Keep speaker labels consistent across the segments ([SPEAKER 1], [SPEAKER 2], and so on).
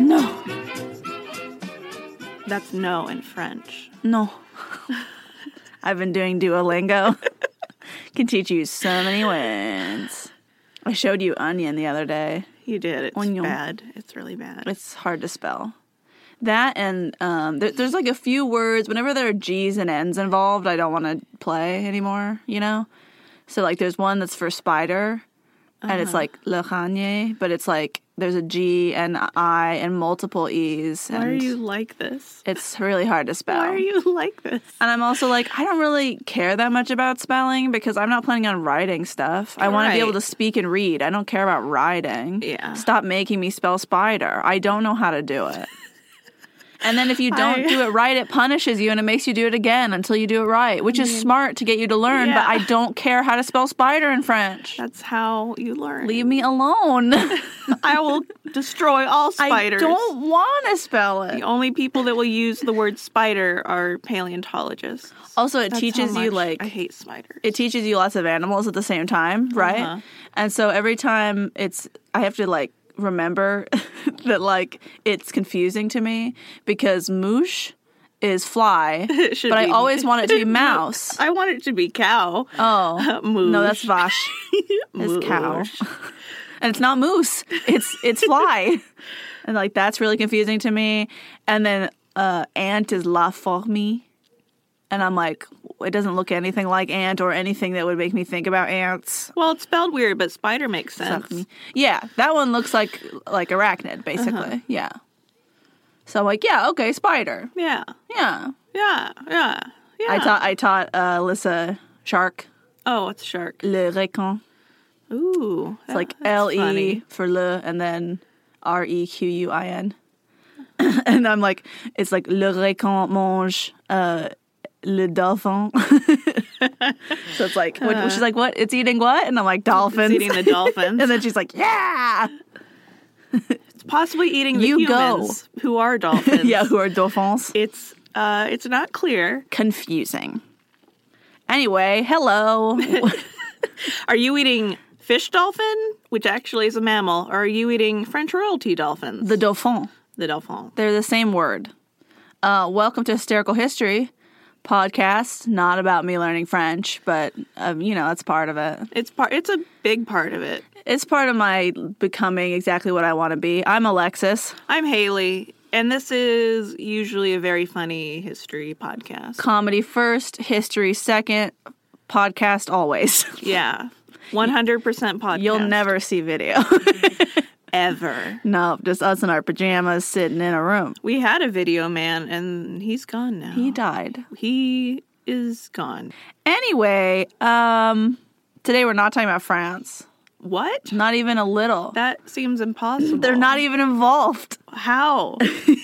[SPEAKER 1] No.
[SPEAKER 2] That's no in French.
[SPEAKER 1] No. I've been doing Duolingo. Can teach you so many words. I showed you onion the other day.
[SPEAKER 2] You did. It's
[SPEAKER 1] Oignon.
[SPEAKER 2] bad. It's really bad.
[SPEAKER 1] It's hard to spell. That and um, there, there's like a few words. Whenever there are G's and N's involved, I don't want to play anymore. You know. So like, there's one that's for spider, and
[SPEAKER 2] Uh-huh.
[SPEAKER 1] it's like Le Ranier, but it's like there's a G and a I and multiple E's. And
[SPEAKER 2] Why are you like this?
[SPEAKER 1] It's really hard to spell.
[SPEAKER 2] Why are you like this?
[SPEAKER 1] And I'm also like, I don't really care that much about spelling because I'm not planning on writing stuff. I want to be
[SPEAKER 2] Right.
[SPEAKER 1] able to speak and read. I don't care about writing.
[SPEAKER 2] Yeah.
[SPEAKER 1] Stop making me spell spider. I don't know how to do it. and then if you don't
[SPEAKER 2] I-
[SPEAKER 1] do it right, it punishes you and it makes you do it again until you do it right, which is smart to get you to learn, but
[SPEAKER 2] Mm. Yeah.
[SPEAKER 1] I don't care how to spell spider in French.
[SPEAKER 2] That's how you learn.
[SPEAKER 1] Leave me alone.
[SPEAKER 2] I will destroy all spiders.
[SPEAKER 1] I don't want to spell it.
[SPEAKER 2] The only people that will use the word spider are paleontologists.
[SPEAKER 1] Also, it
[SPEAKER 2] That's
[SPEAKER 1] teaches
[SPEAKER 2] how
[SPEAKER 1] you
[SPEAKER 2] much
[SPEAKER 1] like
[SPEAKER 2] I hate spiders.
[SPEAKER 1] it teaches you lots of animals at the same time, right?
[SPEAKER 2] Uh-huh.
[SPEAKER 1] And so every time it's I have to like remember that like it's confusing to me because moosh is fly,
[SPEAKER 2] It should
[SPEAKER 1] but I
[SPEAKER 2] be-
[SPEAKER 1] always want it to be mouse.
[SPEAKER 2] I want it to be cow.
[SPEAKER 1] Oh.
[SPEAKER 2] Moose.
[SPEAKER 1] No, that's Vash. It's cow. and it's not moose. It's it's fly. and like that's really confusing to me. And then uh ant is la formi. And I'm like, it doesn't look anything like ant or anything that would make me think about ants.
[SPEAKER 2] Well, it's spelled weird, but spider makes sense.
[SPEAKER 1] Arachne. Yeah, that one looks like like
[SPEAKER 2] Uh-huh.
[SPEAKER 1] arachnid, basically. Yeah. So I'm like, yeah, okay, spider.
[SPEAKER 2] Yeah,
[SPEAKER 1] Yeah.
[SPEAKER 2] yeah, yeah, yeah.
[SPEAKER 1] I taught I taught uh, Alyssa shark
[SPEAKER 2] Oh, it's shark.
[SPEAKER 1] le recon.
[SPEAKER 2] Ooh,
[SPEAKER 1] It's like L E for le, and then R E Q U I N. And I'm like, it's like le recon mange uh, le dolphin. so it's like, what, she's like, what? It's eating what? And I'm like, dolphins.
[SPEAKER 2] Uh-huh. It's eating the dolphins.
[SPEAKER 1] and then she's like, yeah,
[SPEAKER 2] it's possibly eating the
[SPEAKER 1] You go.
[SPEAKER 2] humans who are dolphins.
[SPEAKER 1] yeah, who are dolphins?
[SPEAKER 2] It's uh, it's not clear.
[SPEAKER 1] confusing. Anyway, hello.
[SPEAKER 2] Are you eating fish dolphin, which actually is a mammal, or are you eating French royalty dolphins?
[SPEAKER 1] the Dauphin.
[SPEAKER 2] the dolphin.
[SPEAKER 1] They're the same word. Uh, welcome to Hysterical History podcast. Not about me learning French, but um, you know that's part of it.
[SPEAKER 2] It's part. It's a big part of it.
[SPEAKER 1] It's part of my becoming exactly what I want to be. I'm Alexis.
[SPEAKER 2] I'm Haley, and this is usually a very funny history podcast.
[SPEAKER 1] Comedy first, history second. Podcast always.
[SPEAKER 2] Yeah. 100% podcast.
[SPEAKER 1] You'll never see video.
[SPEAKER 2] ever.
[SPEAKER 1] no, just us in our pajamas sitting in a room.
[SPEAKER 2] We had a video man and he's gone now.
[SPEAKER 1] He died.
[SPEAKER 2] He is gone.
[SPEAKER 1] Anyway, um, today we're not talking about France.
[SPEAKER 2] What?
[SPEAKER 1] Not even a little.
[SPEAKER 2] That seems impossible.
[SPEAKER 1] They're not even involved.
[SPEAKER 2] How?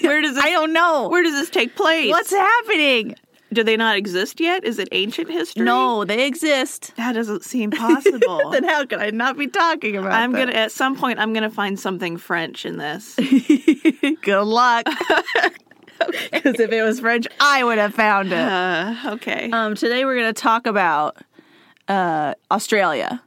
[SPEAKER 2] Where does this
[SPEAKER 1] I don't know.
[SPEAKER 2] Where does this take place?
[SPEAKER 1] What's happening?
[SPEAKER 2] Do they not exist yet? Is it ancient history?
[SPEAKER 1] No, they exist.
[SPEAKER 2] That doesn't seem possible.
[SPEAKER 1] Then how could I not be talking about
[SPEAKER 2] I'm
[SPEAKER 1] them?
[SPEAKER 2] going to at some point I'm going to find something French in this.
[SPEAKER 1] Good luck. Because if it was French, I would have found it.
[SPEAKER 2] Uh, okay.
[SPEAKER 1] Um, today we're going to talk about uh, Australia.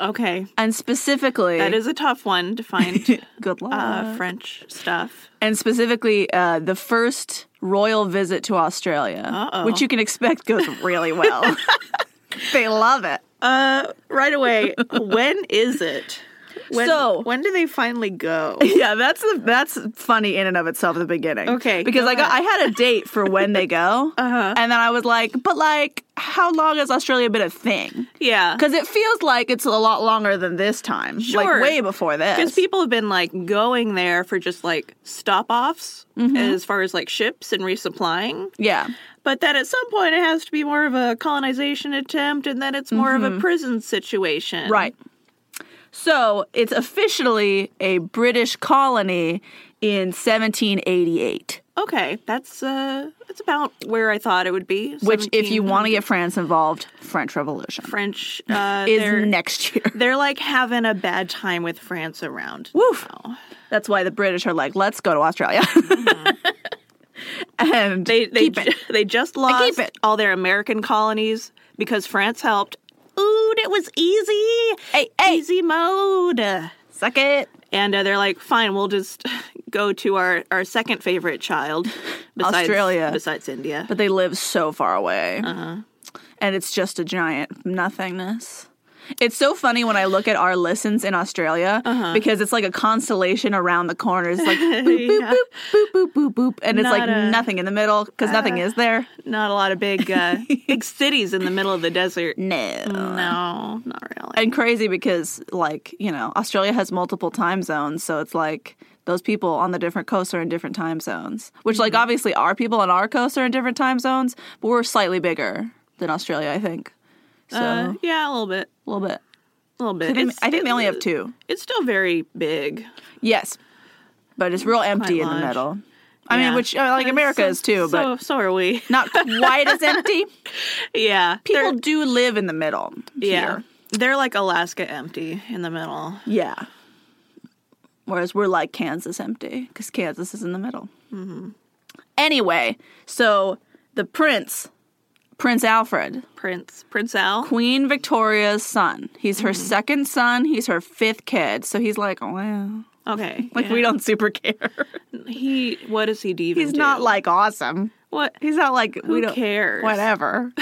[SPEAKER 2] okay.
[SPEAKER 1] And specifically,
[SPEAKER 2] That is a tough one to find
[SPEAKER 1] good luck.
[SPEAKER 2] uh, French stuff.
[SPEAKER 1] and specifically, uh, the first royal visit to Australia,
[SPEAKER 2] Uh-oh.
[SPEAKER 1] which you can expect goes really well. they love it.
[SPEAKER 2] Uh, right away. when is it? When,
[SPEAKER 1] So-
[SPEAKER 2] when do they finally go?
[SPEAKER 1] Yeah, that's the, that's funny in and of itself at the beginning.
[SPEAKER 2] Okay,
[SPEAKER 1] because
[SPEAKER 2] go
[SPEAKER 1] I got I had a date for when they go,
[SPEAKER 2] Uh-huh.
[SPEAKER 1] and then I was like, but like, how long has Australia been a thing?
[SPEAKER 2] Yeah,
[SPEAKER 1] Because it feels like it's a lot longer than this time, like
[SPEAKER 2] Sure.
[SPEAKER 1] way before
[SPEAKER 2] because
[SPEAKER 1] this.
[SPEAKER 2] people have been like going there for just like stop offs
[SPEAKER 1] Mm-hmm.
[SPEAKER 2] as far as like ships and resupplying.
[SPEAKER 1] yeah,
[SPEAKER 2] But then at some point it has to be more of a colonization attempt, and then it's more of a prison situation.
[SPEAKER 1] Mm-hmm. right. So it's officially a British colony in 1788.
[SPEAKER 2] Okay, that's uh, that's about where I thought it would be.
[SPEAKER 1] Which, if you
[SPEAKER 2] 1700
[SPEAKER 1] want to get France involved, French Revolution
[SPEAKER 2] French, uh,
[SPEAKER 1] is
[SPEAKER 2] they're,
[SPEAKER 1] next year.
[SPEAKER 2] they're like having a bad time with France around.
[SPEAKER 1] Woof. That's why the British are like, let's go to Australia. and
[SPEAKER 2] They they
[SPEAKER 1] keep
[SPEAKER 2] ju-
[SPEAKER 1] it.
[SPEAKER 2] they just lost
[SPEAKER 1] keep it.
[SPEAKER 2] all their American colonies because France helped. Ooh, and it was easy.
[SPEAKER 1] Hey, hey.
[SPEAKER 2] Easy mode.
[SPEAKER 1] Suck it.
[SPEAKER 2] And uh, they're like, fine, we'll just go to our, our second favorite child, besides,
[SPEAKER 1] Australia.
[SPEAKER 2] besides India.
[SPEAKER 1] but they live so far away.
[SPEAKER 2] Uh-huh.
[SPEAKER 1] And it's just a giant nothingness. It's so funny when I look at our listens in Australia
[SPEAKER 2] Uh-huh.
[SPEAKER 1] because it's like a constellation around the corners. It's like boop, boop,
[SPEAKER 2] Yeah.
[SPEAKER 1] boop, boop, boop, boop, boop. And it's like
[SPEAKER 2] Not a- Uh,
[SPEAKER 1] nothing in the middle because nothing is there.
[SPEAKER 2] Not a lot of big uh, big cities in the middle of the desert.
[SPEAKER 1] No.
[SPEAKER 2] No, not really.
[SPEAKER 1] And crazy because, like, you know, Australia has multiple time zones. So it's like those people on the different coasts are in different time zones, which,
[SPEAKER 2] Mm-hmm.
[SPEAKER 1] like, obviously our people on our coast are in different time zones, but we're slightly bigger than Australia, I think. So
[SPEAKER 2] Uh, yeah, a little bit,
[SPEAKER 1] a little bit.
[SPEAKER 2] a little bit.
[SPEAKER 1] I think,
[SPEAKER 2] It's-
[SPEAKER 1] I think they only have
[SPEAKER 2] it's-
[SPEAKER 1] two.
[SPEAKER 2] It's still very big.
[SPEAKER 1] Yes. But it's real empty in the
[SPEAKER 2] large.
[SPEAKER 1] middle. I
[SPEAKER 2] Yeah.
[SPEAKER 1] mean, which, uh, like,
[SPEAKER 2] And
[SPEAKER 1] America
[SPEAKER 2] so-
[SPEAKER 1] is too, but
[SPEAKER 2] so, so are we.
[SPEAKER 1] not quite as empty.
[SPEAKER 2] yeah,
[SPEAKER 1] People
[SPEAKER 2] they're-
[SPEAKER 1] do live in the middle.
[SPEAKER 2] yeah,
[SPEAKER 1] here.
[SPEAKER 2] they're like Alaska empty in the middle.
[SPEAKER 1] Yeah. Whereas we're like Kansas empty because Kansas is in the middle.
[SPEAKER 2] Mm-hmm.
[SPEAKER 1] Anyway, so the prince, Prince Alfred,
[SPEAKER 2] Prince Prince Al.
[SPEAKER 1] Queen Victoria's son. He's
[SPEAKER 2] Mm-hmm.
[SPEAKER 1] her second son. He's her fifth kid. So he's like, wow.
[SPEAKER 2] Okay,
[SPEAKER 1] Like,
[SPEAKER 2] yeah.
[SPEAKER 1] we don't super care.
[SPEAKER 2] He what does he do? even
[SPEAKER 1] he's not
[SPEAKER 2] do?
[SPEAKER 1] like awesome.
[SPEAKER 2] what.
[SPEAKER 1] He's not like, we
[SPEAKER 2] Who
[SPEAKER 1] don't
[SPEAKER 2] cares?
[SPEAKER 1] Whatever.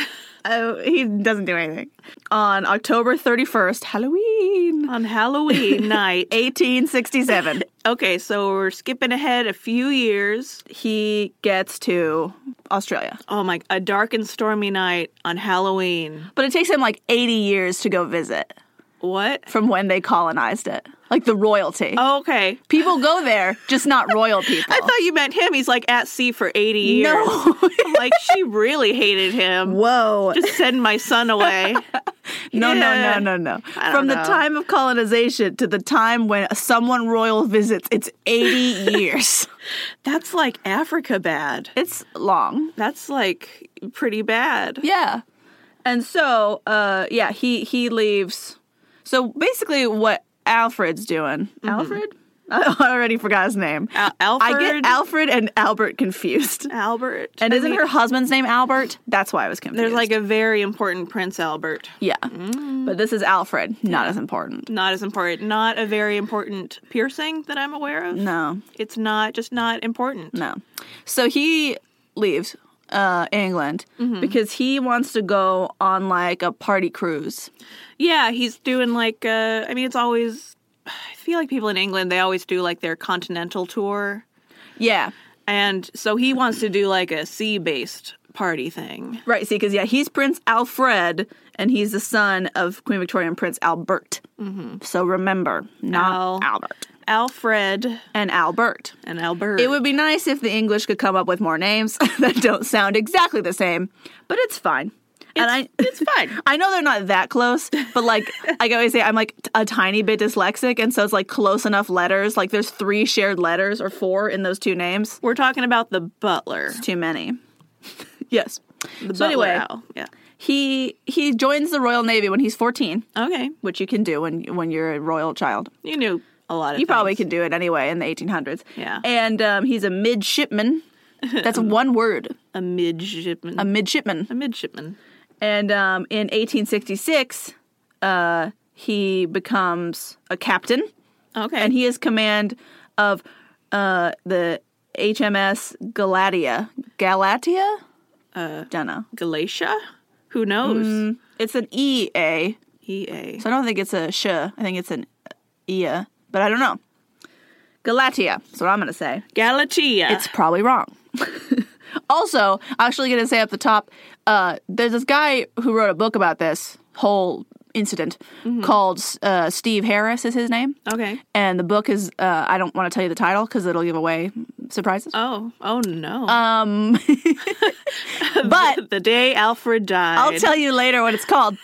[SPEAKER 1] Oh, he doesn't do anything. On October 31st, Halloween,
[SPEAKER 2] On Halloween night.
[SPEAKER 1] 1867.
[SPEAKER 2] Okay, so we're skipping ahead a few years.
[SPEAKER 1] he gets to Australia.
[SPEAKER 2] Oh my, a dark and stormy night on Halloween.
[SPEAKER 1] But it takes him like 80 years to go visit
[SPEAKER 2] What?
[SPEAKER 1] from when they colonized it. Like the royalty.
[SPEAKER 2] Oh, okay.
[SPEAKER 1] People go there, just not royal people.
[SPEAKER 2] I thought you meant him. He's like at sea for 80 years.
[SPEAKER 1] Oh. no.
[SPEAKER 2] I'm like she really hated him.
[SPEAKER 1] Whoa.
[SPEAKER 2] Just send my son away.
[SPEAKER 1] no,
[SPEAKER 2] yeah.
[SPEAKER 1] no, no, no, no.
[SPEAKER 2] I don't
[SPEAKER 1] From the
[SPEAKER 2] know.
[SPEAKER 1] time of colonization to the time when someone royal visits, it's 80 years.
[SPEAKER 2] That's like Africa bad.
[SPEAKER 1] It's long.
[SPEAKER 2] That's like pretty bad.
[SPEAKER 1] Yeah. And so, uh, yeah, he he leaves. So basically, what Alfred's doing? Alfred? I already forgot his name.
[SPEAKER 2] Al- Alfred.
[SPEAKER 1] I get Alfred and Albert confused.
[SPEAKER 2] Albert.
[SPEAKER 1] And
[SPEAKER 2] I
[SPEAKER 1] isn't
[SPEAKER 2] mean,
[SPEAKER 1] her husband's name Albert? That's why I was confused.
[SPEAKER 2] There's like a very important Prince Albert.
[SPEAKER 1] yeah, but this is Alfred. Not as important.
[SPEAKER 2] Not as important. Not a very important piercing that I'm aware of.
[SPEAKER 1] No,
[SPEAKER 2] It's not just not important.
[SPEAKER 1] no. So he leaves uh, England because he wants to go on like a party cruise.
[SPEAKER 2] Yeah, he's doing like uh I mean it's always I feel like people in England they always do like their continental tour.
[SPEAKER 1] Yeah,
[SPEAKER 2] And so he wants to do like a sea based party thing.
[SPEAKER 1] right. See, because yeah, he's Prince Alfred, and he's the son of Queen Victoria and Prince Albert. So remember, not
[SPEAKER 2] Al-
[SPEAKER 1] Albert
[SPEAKER 2] Alfred
[SPEAKER 1] and Albert.
[SPEAKER 2] and Albert.
[SPEAKER 1] It would be nice if the English could come up with more names that don't sound exactly the same, but it's fine. and I
[SPEAKER 2] it's fine.
[SPEAKER 1] I know they're not that close, but like I always say I'm like t- a tiny bit dyslexic and so it's like close enough letters, like there's three shared letters or four in those two names.
[SPEAKER 2] We're talking about the butler.
[SPEAKER 1] Too many. yes.
[SPEAKER 2] The
[SPEAKER 1] So
[SPEAKER 2] butler
[SPEAKER 1] anyway,
[SPEAKER 2] owl. Yeah.
[SPEAKER 1] he he joins the Royal Navy when he's 14,
[SPEAKER 2] Okay.
[SPEAKER 1] which you can do when when you're a royal child.
[SPEAKER 2] You knew a lot of
[SPEAKER 1] You probably
[SPEAKER 2] things.
[SPEAKER 1] could do it anyway in the 1800s.
[SPEAKER 2] Yeah.
[SPEAKER 1] And um, he's a midshipman. That's one word.
[SPEAKER 2] a midshipman.
[SPEAKER 1] A midshipman.
[SPEAKER 2] a midshipman.
[SPEAKER 1] And um, in 1866, uh, he becomes a captain,
[SPEAKER 2] Okay.
[SPEAKER 1] and he is command of uh, the HMS Galatia. Galatia? Uh, Don't know.
[SPEAKER 2] Galatia? Who knows?
[SPEAKER 1] Mm. It's an EA,
[SPEAKER 2] EA.
[SPEAKER 1] so I don't think it's a sh. I think it's an EA, but I don't know. Galatia. That's what I'm going to say.
[SPEAKER 2] Galatia.
[SPEAKER 1] It's probably wrong. also, I'm actually going to say up the top, uh, there's this guy who wrote a book about this whole incident called uh, Steve Harris is his name,
[SPEAKER 2] okay.
[SPEAKER 1] and the book is uh, I don't want to tell you the title because it'll give away surprises.
[SPEAKER 2] Oh, oh no.
[SPEAKER 1] Um, but
[SPEAKER 2] the day Alfred died.
[SPEAKER 1] I'll tell you later what it's called.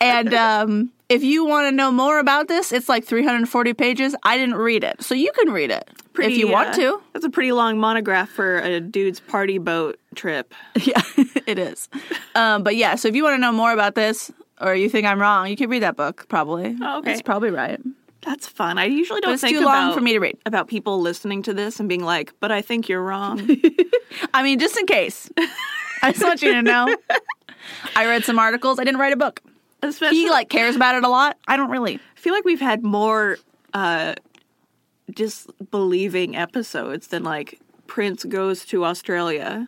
[SPEAKER 1] and um, if you want to know more about this, it's like 340 pages. I didn't read it, so you can read it if you want
[SPEAKER 2] uh,
[SPEAKER 1] to.
[SPEAKER 2] That's a pretty long monograph for a dude's party boat trip.
[SPEAKER 1] Yeah, it is. Um, but yeah, so if you want to know more about this or you think I'm wrong, you can read that book probably.
[SPEAKER 2] Oh, okay.
[SPEAKER 1] It's probably right.
[SPEAKER 2] That's fun. I usually don't
[SPEAKER 1] But it's
[SPEAKER 2] think
[SPEAKER 1] too long
[SPEAKER 2] about,
[SPEAKER 1] for me to read.
[SPEAKER 2] about people listening to this and being like, "But I think you're wrong."
[SPEAKER 1] I mean, just in case. I just want you to know. I read some articles. I didn't write a book.
[SPEAKER 2] Especially,
[SPEAKER 1] He like cares about it a lot. I don't really.
[SPEAKER 2] I feel like we've had more uh, disbelieving episodes than like Prince goes to Australia.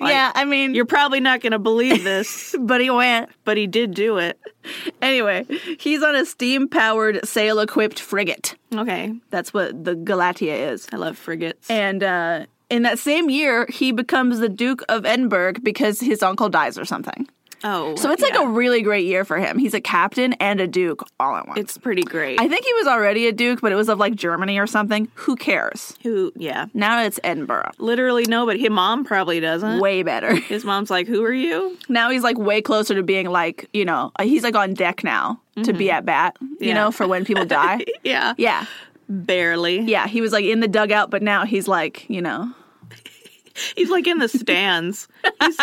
[SPEAKER 1] yeah, I mean,
[SPEAKER 2] You're probably not going to believe this,
[SPEAKER 1] but he went.
[SPEAKER 2] but he did do it.
[SPEAKER 1] Anyway, he's on a steam powered, sail equipped frigate.
[SPEAKER 2] Okay.
[SPEAKER 1] That's what the Galatia is.
[SPEAKER 2] I love frigates.
[SPEAKER 1] And uh, in that same year, he becomes the Duke of Edinburgh because his uncle dies or something.
[SPEAKER 2] oh.
[SPEAKER 1] So it's like
[SPEAKER 2] yeah.
[SPEAKER 1] a really great year for him. He's a captain and a duke all at once.
[SPEAKER 2] It's pretty great.
[SPEAKER 1] I think he was already a duke, but it was of like Germany or something. Who cares?
[SPEAKER 2] Who, yeah.
[SPEAKER 1] Now it's Edinburgh.
[SPEAKER 2] Literally no, but his mom probably doesn't.
[SPEAKER 1] Way better.
[SPEAKER 2] His mom's like, Who are you?
[SPEAKER 1] now he's like way closer to being like, you know, uh, he's like on deck now to be at bat, you
[SPEAKER 2] Mm-hmm. Yeah.
[SPEAKER 1] know, for when people die.
[SPEAKER 2] Yeah.
[SPEAKER 1] yeah.
[SPEAKER 2] Barely.
[SPEAKER 1] Yeah. He was like in the dugout, but now he's like, you know,
[SPEAKER 2] He's like in the stands. he's,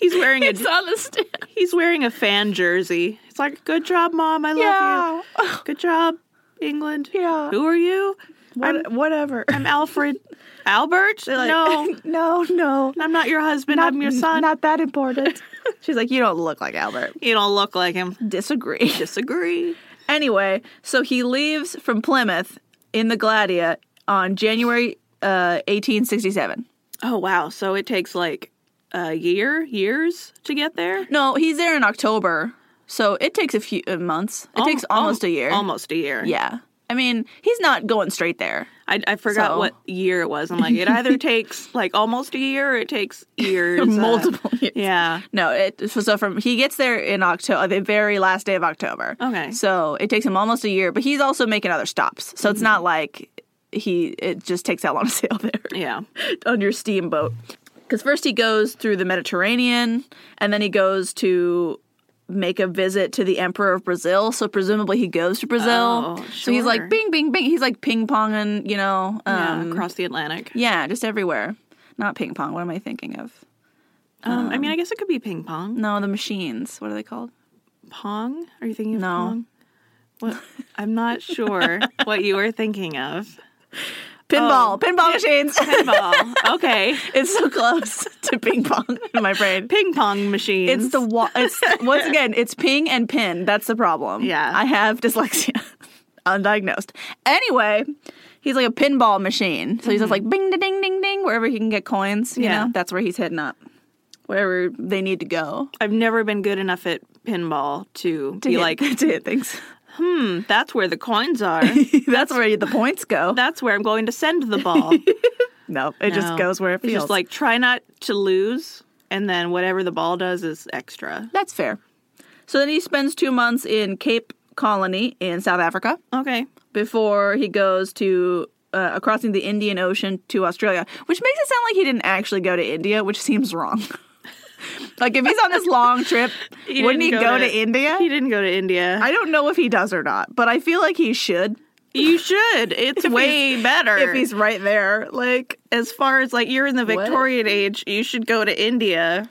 [SPEAKER 2] he's wearing a
[SPEAKER 1] on the stand.
[SPEAKER 2] he's wearing a fan jersey. It's like, Good job, mom. I love
[SPEAKER 1] Yeah.
[SPEAKER 2] you. Good job, England.
[SPEAKER 1] Yeah.
[SPEAKER 2] Who are you? I'm,
[SPEAKER 1] What, whatever.
[SPEAKER 2] I'm Alfred. Albert?
[SPEAKER 1] Like,
[SPEAKER 2] no.
[SPEAKER 1] no, no.
[SPEAKER 2] I'm not your husband. I'm your son.
[SPEAKER 1] Not that important. She's like, you don't look like Albert.
[SPEAKER 2] you don't look like him.
[SPEAKER 1] Disagree.
[SPEAKER 2] Disagree.
[SPEAKER 1] Anyway, so he leaves from Plymouth in the Gladia on January uh, 1867.
[SPEAKER 2] Oh wow! So it takes like a year, years to get there.
[SPEAKER 1] No, he's there in October, so it takes a few uh, months. It takes
[SPEAKER 2] Al-
[SPEAKER 1] almost a year.
[SPEAKER 2] Almost a year.
[SPEAKER 1] Yeah. I mean, he's not going straight there.
[SPEAKER 2] I, I forgot
[SPEAKER 1] So-
[SPEAKER 2] what year it was. I'm like, it either takes like almost a year, or it takes years, uh,
[SPEAKER 1] Multiple years.
[SPEAKER 2] yeah.
[SPEAKER 1] No, it so from he gets there in October, the very last day of October.
[SPEAKER 2] Okay.
[SPEAKER 1] So it takes him almost a year, but he's also making other stops. So
[SPEAKER 2] Mm-hmm.
[SPEAKER 1] it's not like he it just takes that long to sail there
[SPEAKER 2] Yeah.
[SPEAKER 1] on your steamboat. Because first he goes through the Mediterranean, and then he goes to make a visit to the Emperor of Brazil. So presumably he goes to Brazil.
[SPEAKER 2] Oh,
[SPEAKER 1] So he's
[SPEAKER 2] sure.
[SPEAKER 1] like bing, bing, bing. He's like ping ponging, you know.
[SPEAKER 2] Yeah,
[SPEAKER 1] Um,
[SPEAKER 2] across the Atlantic.
[SPEAKER 1] yeah, just everywhere. Not ping pong. What am I thinking of?
[SPEAKER 2] Um, I mean, I guess it could be ping pong.
[SPEAKER 1] No, the machines. What are they called?
[SPEAKER 2] Oh. Pong? Are you thinking of
[SPEAKER 1] No.
[SPEAKER 2] pong? What? I'm not sure what you were thinking of.
[SPEAKER 1] Pinball, pinball machines.
[SPEAKER 2] Pinball. Okay.
[SPEAKER 1] it's so close to ping pong in my brain.
[SPEAKER 2] Ping pong machines.
[SPEAKER 1] It's the wa- it's once again, it's ping and pin. That's the problem.
[SPEAKER 2] Yeah.
[SPEAKER 1] I have dyslexia, undiagnosed. Anyway, he's like a pinball machine. So he's just like bing, da, ding, ding, ding. Wherever he can get coins, you
[SPEAKER 2] Yeah.
[SPEAKER 1] know, that's where he's hitting up. Wherever they need to go
[SPEAKER 2] I've never been good enough at pinball to,
[SPEAKER 1] to
[SPEAKER 2] be
[SPEAKER 1] hit,
[SPEAKER 2] like,
[SPEAKER 1] to hit things.
[SPEAKER 2] hmm, that's where the coins are.
[SPEAKER 1] that's where the points go.
[SPEAKER 2] that's where I'm going to send the ball. It
[SPEAKER 1] no, it just goes where it feels.
[SPEAKER 2] Just like try not to lose, and then whatever the ball does is extra.
[SPEAKER 1] That's fair. So then he spends two months in Cape Colony in South Africa
[SPEAKER 2] Okay.
[SPEAKER 1] before he goes to uh, crossing the Indian Ocean to Australia, which makes it sound like he didn't actually go to India, which seems wrong. like if he's on this long trip,
[SPEAKER 2] He
[SPEAKER 1] wouldn't
[SPEAKER 2] didn't
[SPEAKER 1] he go, to, India?
[SPEAKER 2] He didn't go to India.
[SPEAKER 1] I don't know if he does or not, but I feel like he should
[SPEAKER 2] you should. It's way better.
[SPEAKER 1] if he's right there. Like
[SPEAKER 2] as far as like you're in the Victorian age, you should go to India.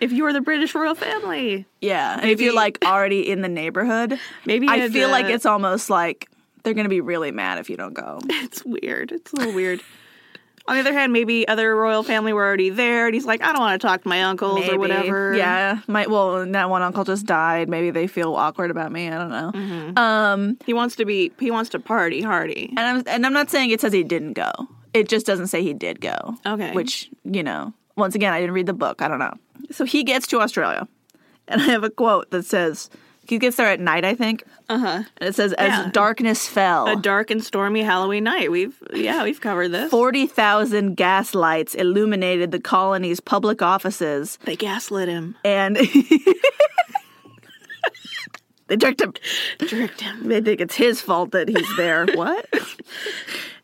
[SPEAKER 2] If you were the British royal family,
[SPEAKER 1] yeah, and if you're like already in the neighborhood,
[SPEAKER 2] maybe
[SPEAKER 1] I
[SPEAKER 2] you'd,
[SPEAKER 1] feel like
[SPEAKER 2] uh,
[SPEAKER 1] it's almost like they're gonna be really mad if you don't go.
[SPEAKER 2] It's weird. It's a little weird. On the other hand, maybe other royal family were already there, and he's like, I don't want to talk to my uncles
[SPEAKER 1] Maybe.
[SPEAKER 2] or whatever.
[SPEAKER 1] Yeah, my well, and that one uncle just died. Maybe they feel awkward about me. I don't know. Um,
[SPEAKER 2] he wants to be. He wants to party hardy.
[SPEAKER 1] and I'm and I'm not saying it says he didn't go. It just doesn't say he did go.
[SPEAKER 2] Okay.
[SPEAKER 1] which you know, once again, I didn't read the book. I don't know. So he gets to Australia, and I have a quote that says he gets there at night. I think. Uh huh. And it says as
[SPEAKER 2] Uh-huh. Yeah.
[SPEAKER 1] darkness fell.
[SPEAKER 2] A dark and stormy Halloween night. We've yeah, we've covered this.
[SPEAKER 1] 40,000 gas lights illuminated the colony's public offices
[SPEAKER 2] They gaslit him,
[SPEAKER 1] and they tricked him.
[SPEAKER 2] tricked him.
[SPEAKER 1] They think it's his fault that he's there. what?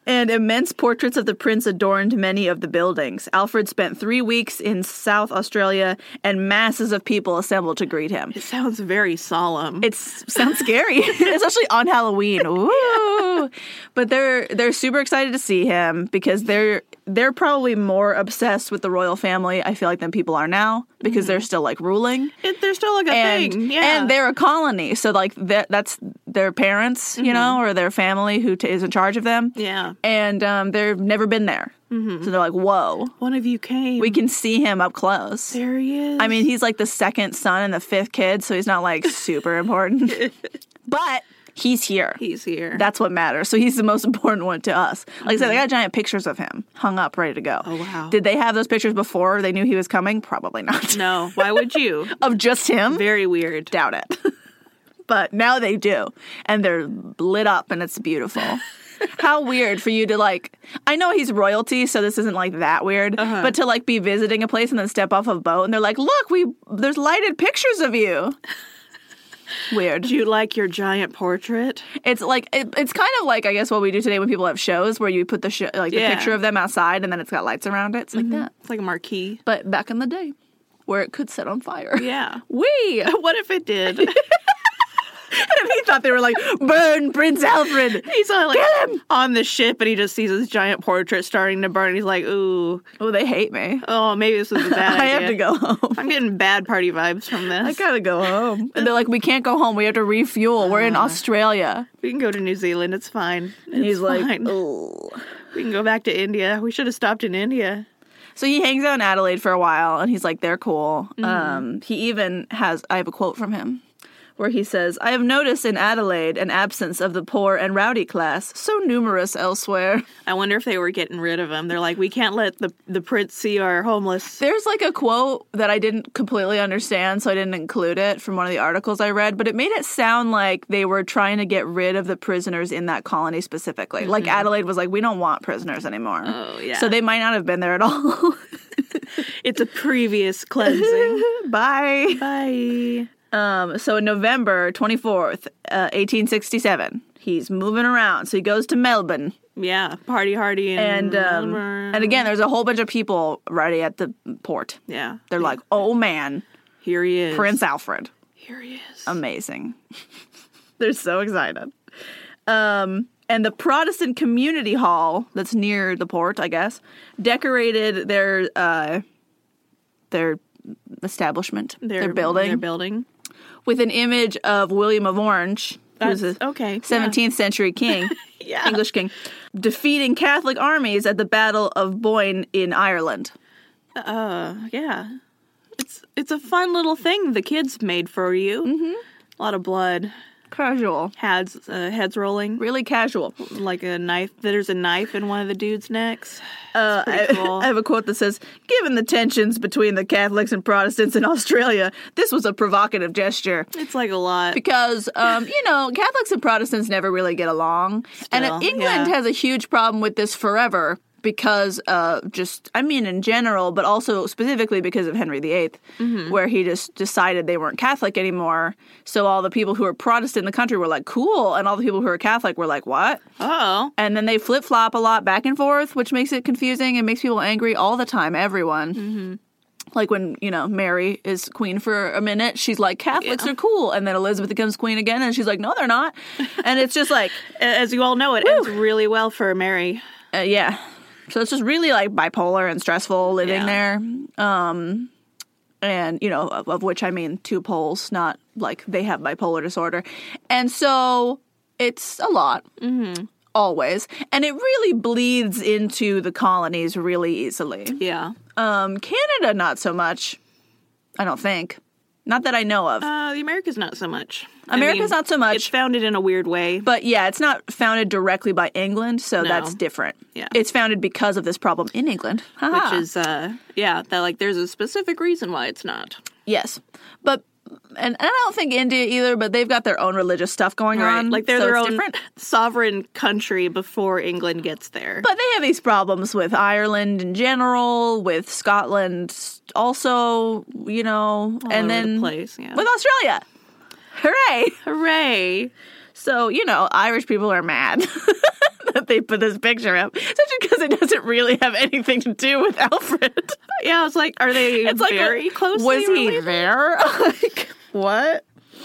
[SPEAKER 1] And immense portraits of the prince adorned many of the buildings. Alfred spent three weeks in South Australia, and masses of people assembled to greet him.
[SPEAKER 2] It sounds very solemn.
[SPEAKER 1] It sounds scary, especially on Halloween. Ooh. But they're they're super excited to see him because they're they're probably more obsessed with the royal family. I feel like than people are now because they're still like ruling
[SPEAKER 2] It- there's still like a
[SPEAKER 1] and
[SPEAKER 2] thing. Yeah,
[SPEAKER 1] and they're a colony, so like that that's their parents, you know, or their family who t- is in charge of them.
[SPEAKER 2] Mm-hmm. yeah. Mm-hmm.
[SPEAKER 1] And um, they've never been there, so they're like, "Whoa,
[SPEAKER 2] One of you came.
[SPEAKER 1] we can see him up close."
[SPEAKER 2] Mm-hmm. there he is.
[SPEAKER 1] I mean, he's like the second son and the fifth kid, so he's not like super important, but he's here.
[SPEAKER 2] He's here.
[SPEAKER 1] That's what matters. So he's the most important one to us. Like I said, they got giant pictures of him hung up, ready to go.
[SPEAKER 2] Mm-hmm. Oh, wow.
[SPEAKER 1] Did they have those pictures before they knew he was coming? Probably not.
[SPEAKER 2] no, why would you?
[SPEAKER 1] of just him?
[SPEAKER 2] Very weird.
[SPEAKER 1] Doubt it. but now they do. And they're lit up and it's beautiful. How weird for you to like I know he's royalty, so this isn't like that weird, but to like be visiting a place and then step off a boat and they're like, Look, we there's lighted pictures of you. Weird.
[SPEAKER 2] Do you like your giant portrait?
[SPEAKER 1] It's like it, it's kind of like I guess what we do today when people have shows where you put the show, like the
[SPEAKER 2] Yeah.
[SPEAKER 1] picture of them outside and then it's got lights around it. It's like that.
[SPEAKER 2] It's like a marquee.
[SPEAKER 1] But back in the day, where it could set on fire.
[SPEAKER 2] Yeah.
[SPEAKER 1] We
[SPEAKER 2] What if it did?
[SPEAKER 1] he thought they were like burn Prince Alfred.
[SPEAKER 2] He's uh, like on the ship and he just sees this giant portrait starting to burn. He's like, ooh,
[SPEAKER 1] Oh, they hate me.
[SPEAKER 2] oh, maybe this was a bad
[SPEAKER 1] I
[SPEAKER 2] idea.
[SPEAKER 1] have to go home.
[SPEAKER 2] I'm getting bad party vibes from
[SPEAKER 1] I
[SPEAKER 2] this.
[SPEAKER 1] gotta go home. And they're like, we can't go home. We have to refuel. We're in Australia.
[SPEAKER 2] we can go to New Zealand. It's fine.
[SPEAKER 1] And he's
[SPEAKER 2] It's
[SPEAKER 1] like,
[SPEAKER 2] fine.
[SPEAKER 1] oh.
[SPEAKER 2] we can go back to India. We should have stopped in India.
[SPEAKER 1] So he hangs out in Adelaide for a while and he's like, they're cool. Um, he even has, I have a quote from him where he says, I have noticed in Adelaide an absence of the poor and rowdy class, so numerous elsewhere.
[SPEAKER 2] I wonder if they were getting rid of him. They're like, we can't let the the prince see our homeless.
[SPEAKER 1] There's like a quote that I didn't completely understand, so I didn't include it from one of the articles I read, but it made it sound like they were trying to get rid of the prisoners in that colony specifically. Like Adelaide was like, we don't want prisoners anymore.
[SPEAKER 2] Mm-hmm. Oh, yeah.
[SPEAKER 1] So they might not have been there at all.
[SPEAKER 2] It's a previous cleansing.
[SPEAKER 1] Bye.
[SPEAKER 2] Bye.
[SPEAKER 1] Um, so in November 24th, uh, 1867, he's moving around. So he goes to Melbourne.
[SPEAKER 2] Yeah, party hardy and uh,
[SPEAKER 1] And um, and again, there's a whole bunch of people ready at the port.
[SPEAKER 2] yeah,
[SPEAKER 1] They're like, oh man,
[SPEAKER 2] here he is,
[SPEAKER 1] Prince Alfred.
[SPEAKER 2] Here he is.
[SPEAKER 1] Amazing. They're so excited. Um, and the Protestant community hall that's near the port, I guess, decorated their uh, their establishment, their, building,
[SPEAKER 2] Their building.
[SPEAKER 1] with an image of William of Orange,
[SPEAKER 2] That's,
[SPEAKER 1] who's a
[SPEAKER 2] okay. yeah.
[SPEAKER 1] 17th century king,
[SPEAKER 2] Yeah.
[SPEAKER 1] English king, defeating Catholic armies at the Battle of Boyne in Ireland.
[SPEAKER 2] Uh, yeah. It's it's a fun little thing the kids made for you. Mm-hmm. A lot of blood,
[SPEAKER 1] Casual,
[SPEAKER 2] heads uh, heads rolling,
[SPEAKER 1] really casual.
[SPEAKER 2] like a knife. There's a knife in one of the dude's necks.
[SPEAKER 1] Uh, I,
[SPEAKER 2] pretty cool.
[SPEAKER 1] I have a quote that says, "Given the tensions between the Catholics and Protestants in Australia, this was a provocative gesture
[SPEAKER 2] It's like a lot.
[SPEAKER 1] because, um, you know, Catholics and Protestants never really get along, and
[SPEAKER 2] Still,
[SPEAKER 1] England
[SPEAKER 2] yeah.
[SPEAKER 1] has a huge problem with this forever." Because, uh, just I mean, in general, but also specifically because of Henry VIII,
[SPEAKER 2] Mm-hmm.
[SPEAKER 1] where he just decided they weren't Catholic anymore. So all the people who were Protestant in the country were like, "Cool," and all the people who were Catholic were like, "What?"
[SPEAKER 2] Oh,
[SPEAKER 1] and then they flip flop a lot back and forth, which makes it confusing and makes people angry all the time. Everyone, mm-hmm. like when you know Mary is queen for a minute, she's like Catholics are cool, and then Elizabeth becomes queen again, and she's like, no, they're not, and it's just like,
[SPEAKER 2] as you all know, it ends really well for Mary.
[SPEAKER 1] uh, yeah. So it's just really like bipolar and stressful living
[SPEAKER 2] Yeah.
[SPEAKER 1] there, um, and you know of, of which I mean two poles, not like they have bipolar disorder, and so it's a lot.
[SPEAKER 2] Mm-hmm.
[SPEAKER 1] always and it really bleeds into the colonies really easily
[SPEAKER 2] Yeah.
[SPEAKER 1] um canada not so much i don't think not that i know of
[SPEAKER 2] Uh, the America's not so much. I
[SPEAKER 1] America's
[SPEAKER 2] mean,
[SPEAKER 1] not so much.
[SPEAKER 2] It's founded in a weird way.
[SPEAKER 1] but yeah it's not founded directly by england so
[SPEAKER 2] No.
[SPEAKER 1] that's different
[SPEAKER 2] Yeah.
[SPEAKER 1] it's founded because of this problem in england
[SPEAKER 2] which
[SPEAKER 1] Ah.
[SPEAKER 2] is uh yeah that like there's a specific reason why it's not
[SPEAKER 1] yes but and, and i don't think india either but they've got their own religious stuff going on
[SPEAKER 2] like they're
[SPEAKER 1] Um, so
[SPEAKER 2] their
[SPEAKER 1] it's
[SPEAKER 2] own
[SPEAKER 1] different.
[SPEAKER 2] sovereign country before england gets there
[SPEAKER 1] But they have these problems with Ireland in general, with Scotland also, you know, and
[SPEAKER 2] over the
[SPEAKER 1] then
[SPEAKER 2] place, yeah.
[SPEAKER 1] with Australia. Hooray!
[SPEAKER 2] hooray
[SPEAKER 1] So, you know, Irish people are mad that they put this picture up, especially because it doesn't really have anything to do with Alfred.
[SPEAKER 2] yeah i was like are they
[SPEAKER 1] It's like,
[SPEAKER 2] very closely
[SPEAKER 1] was he
[SPEAKER 2] related?
[SPEAKER 1] there? like, what?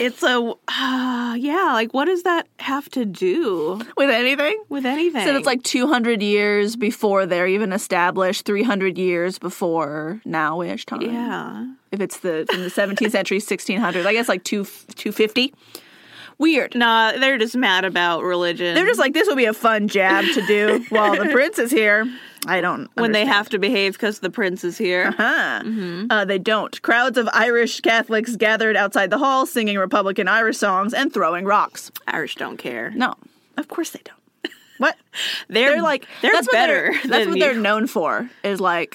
[SPEAKER 2] it's a uh, yeah like what does that have to do
[SPEAKER 1] With anything?
[SPEAKER 2] with anything
[SPEAKER 1] So it's like 200 years before they're even established, 300 years before now-ish time.
[SPEAKER 2] yeah
[SPEAKER 1] if it's the from the 17th century 1600s i guess like 2 250 Weird.
[SPEAKER 2] Nah, they're just mad about religion.
[SPEAKER 1] They're just like, this will be a fun jab to do while the prince is here. I don't.
[SPEAKER 2] when they have to behave because the prince is here.
[SPEAKER 1] Huh. Uh, they don't. Crowds of Irish Catholics gathered outside the hall singing Republican Irish songs and throwing rocks.
[SPEAKER 2] Irish don't care.
[SPEAKER 1] No, of course they don't. What?
[SPEAKER 2] They're,
[SPEAKER 1] They're like
[SPEAKER 2] they're
[SPEAKER 1] that's
[SPEAKER 2] better.
[SPEAKER 1] What they're, that's
[SPEAKER 2] than
[SPEAKER 1] what
[SPEAKER 2] you.
[SPEAKER 1] they're known for is like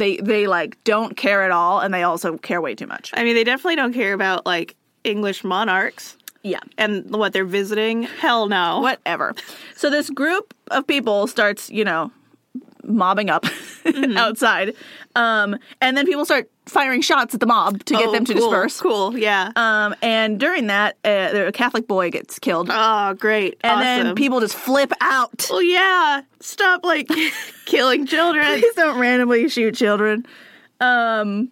[SPEAKER 1] they they like don't care at all and they also care way too much.
[SPEAKER 2] I mean, they definitely don't care about like English monarchs
[SPEAKER 1] Yeah.
[SPEAKER 2] and what they're visiting. Hell no.
[SPEAKER 1] whatever. So this group of people starts, you know, mobbing up Mm-hmm. outside, um, and then people start firing shots at the mob to get
[SPEAKER 2] Oh,
[SPEAKER 1] them to
[SPEAKER 2] cool,
[SPEAKER 1] disperse.
[SPEAKER 2] Cool. Yeah.
[SPEAKER 1] Um, and during that, uh, the- a Catholic boy gets killed,
[SPEAKER 2] oh, great.
[SPEAKER 1] and
[SPEAKER 2] awesome.
[SPEAKER 1] then people just flip out.
[SPEAKER 2] Well, yeah. Stop like killing children.
[SPEAKER 1] Please don't randomly shoot children. Um,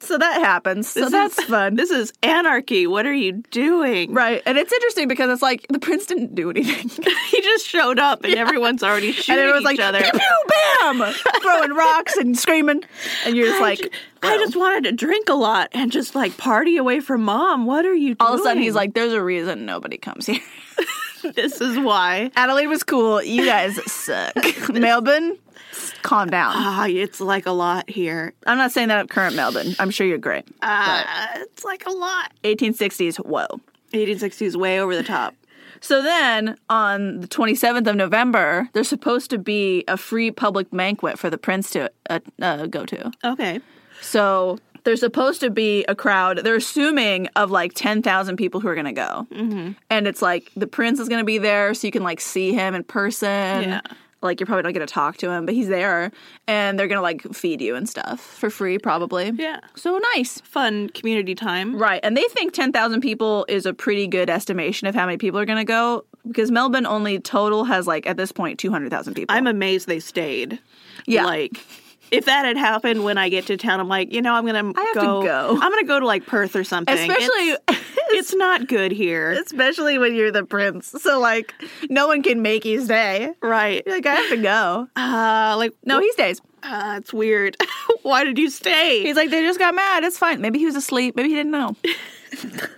[SPEAKER 1] so that happens. so
[SPEAKER 2] This
[SPEAKER 1] that's
[SPEAKER 2] is-
[SPEAKER 1] fun.
[SPEAKER 2] This is anarchy. What are you doing?
[SPEAKER 1] Right, and it's interesting because it's like the prince didn't do anything,
[SPEAKER 2] He just showed up and everyone's already shooting
[SPEAKER 1] and everyone's
[SPEAKER 2] each
[SPEAKER 1] like,
[SPEAKER 2] other.
[SPEAKER 1] "Pew, pew, bam!" throwing rocks and screaming, and you're just
[SPEAKER 2] I
[SPEAKER 1] like,
[SPEAKER 2] ju- I just wanted to drink a lot and just like party away from mom. What are you doing?
[SPEAKER 1] All of a sudden, he's like, "There's a reason nobody comes here."
[SPEAKER 2] this is why.
[SPEAKER 1] Adelaide was cool. You guys suck. Uh, Melbourne, s- calm down.
[SPEAKER 2] Ah, it's like a lot here.
[SPEAKER 1] I'm not saying that of current Melbourne. I'm sure you're great.
[SPEAKER 2] Ah, it's like a lot.
[SPEAKER 1] 1860s, whoa.
[SPEAKER 2] 1860 is way over the top.
[SPEAKER 1] So then, on the 27th of November, there's supposed to be a free public banquet for the prince to uh, uh, go to.
[SPEAKER 2] Okay.
[SPEAKER 1] So there's supposed to be a crowd. They're assuming of like ten thousand people who are gonna go, and it's like the prince is gonna be there, so you can like see him in person.
[SPEAKER 2] Yeah.
[SPEAKER 1] Like you're probably not gonna talk to him, but he's there, and they're gonna like feed you and stuff for free, probably.
[SPEAKER 2] Yeah.
[SPEAKER 1] So nice.
[SPEAKER 2] Fun community time.
[SPEAKER 1] Right, and they think 10,000 people is a pretty good estimation of how many people are going to go because Melbourne only total has like at this point 200,000 people.
[SPEAKER 2] I'm amazed they stayed.
[SPEAKER 1] Yeah.
[SPEAKER 2] Like, if that had happened when I get to town, I'm like, you know, I'm gonna
[SPEAKER 1] have to
[SPEAKER 2] go,
[SPEAKER 1] go.
[SPEAKER 2] I'm gonna go to like Perth or something.
[SPEAKER 1] especially
[SPEAKER 2] it's, it's not good here,
[SPEAKER 1] especially when you're the prince. So like no one can make you stay.
[SPEAKER 2] right?
[SPEAKER 1] You're like, I have to go.
[SPEAKER 2] Uh, like,
[SPEAKER 1] No, he stays.
[SPEAKER 2] uh, it's weird. Why did you stay?
[SPEAKER 1] He's like, they just got mad. It's fine. Maybe he was asleep. Maybe he didn't know.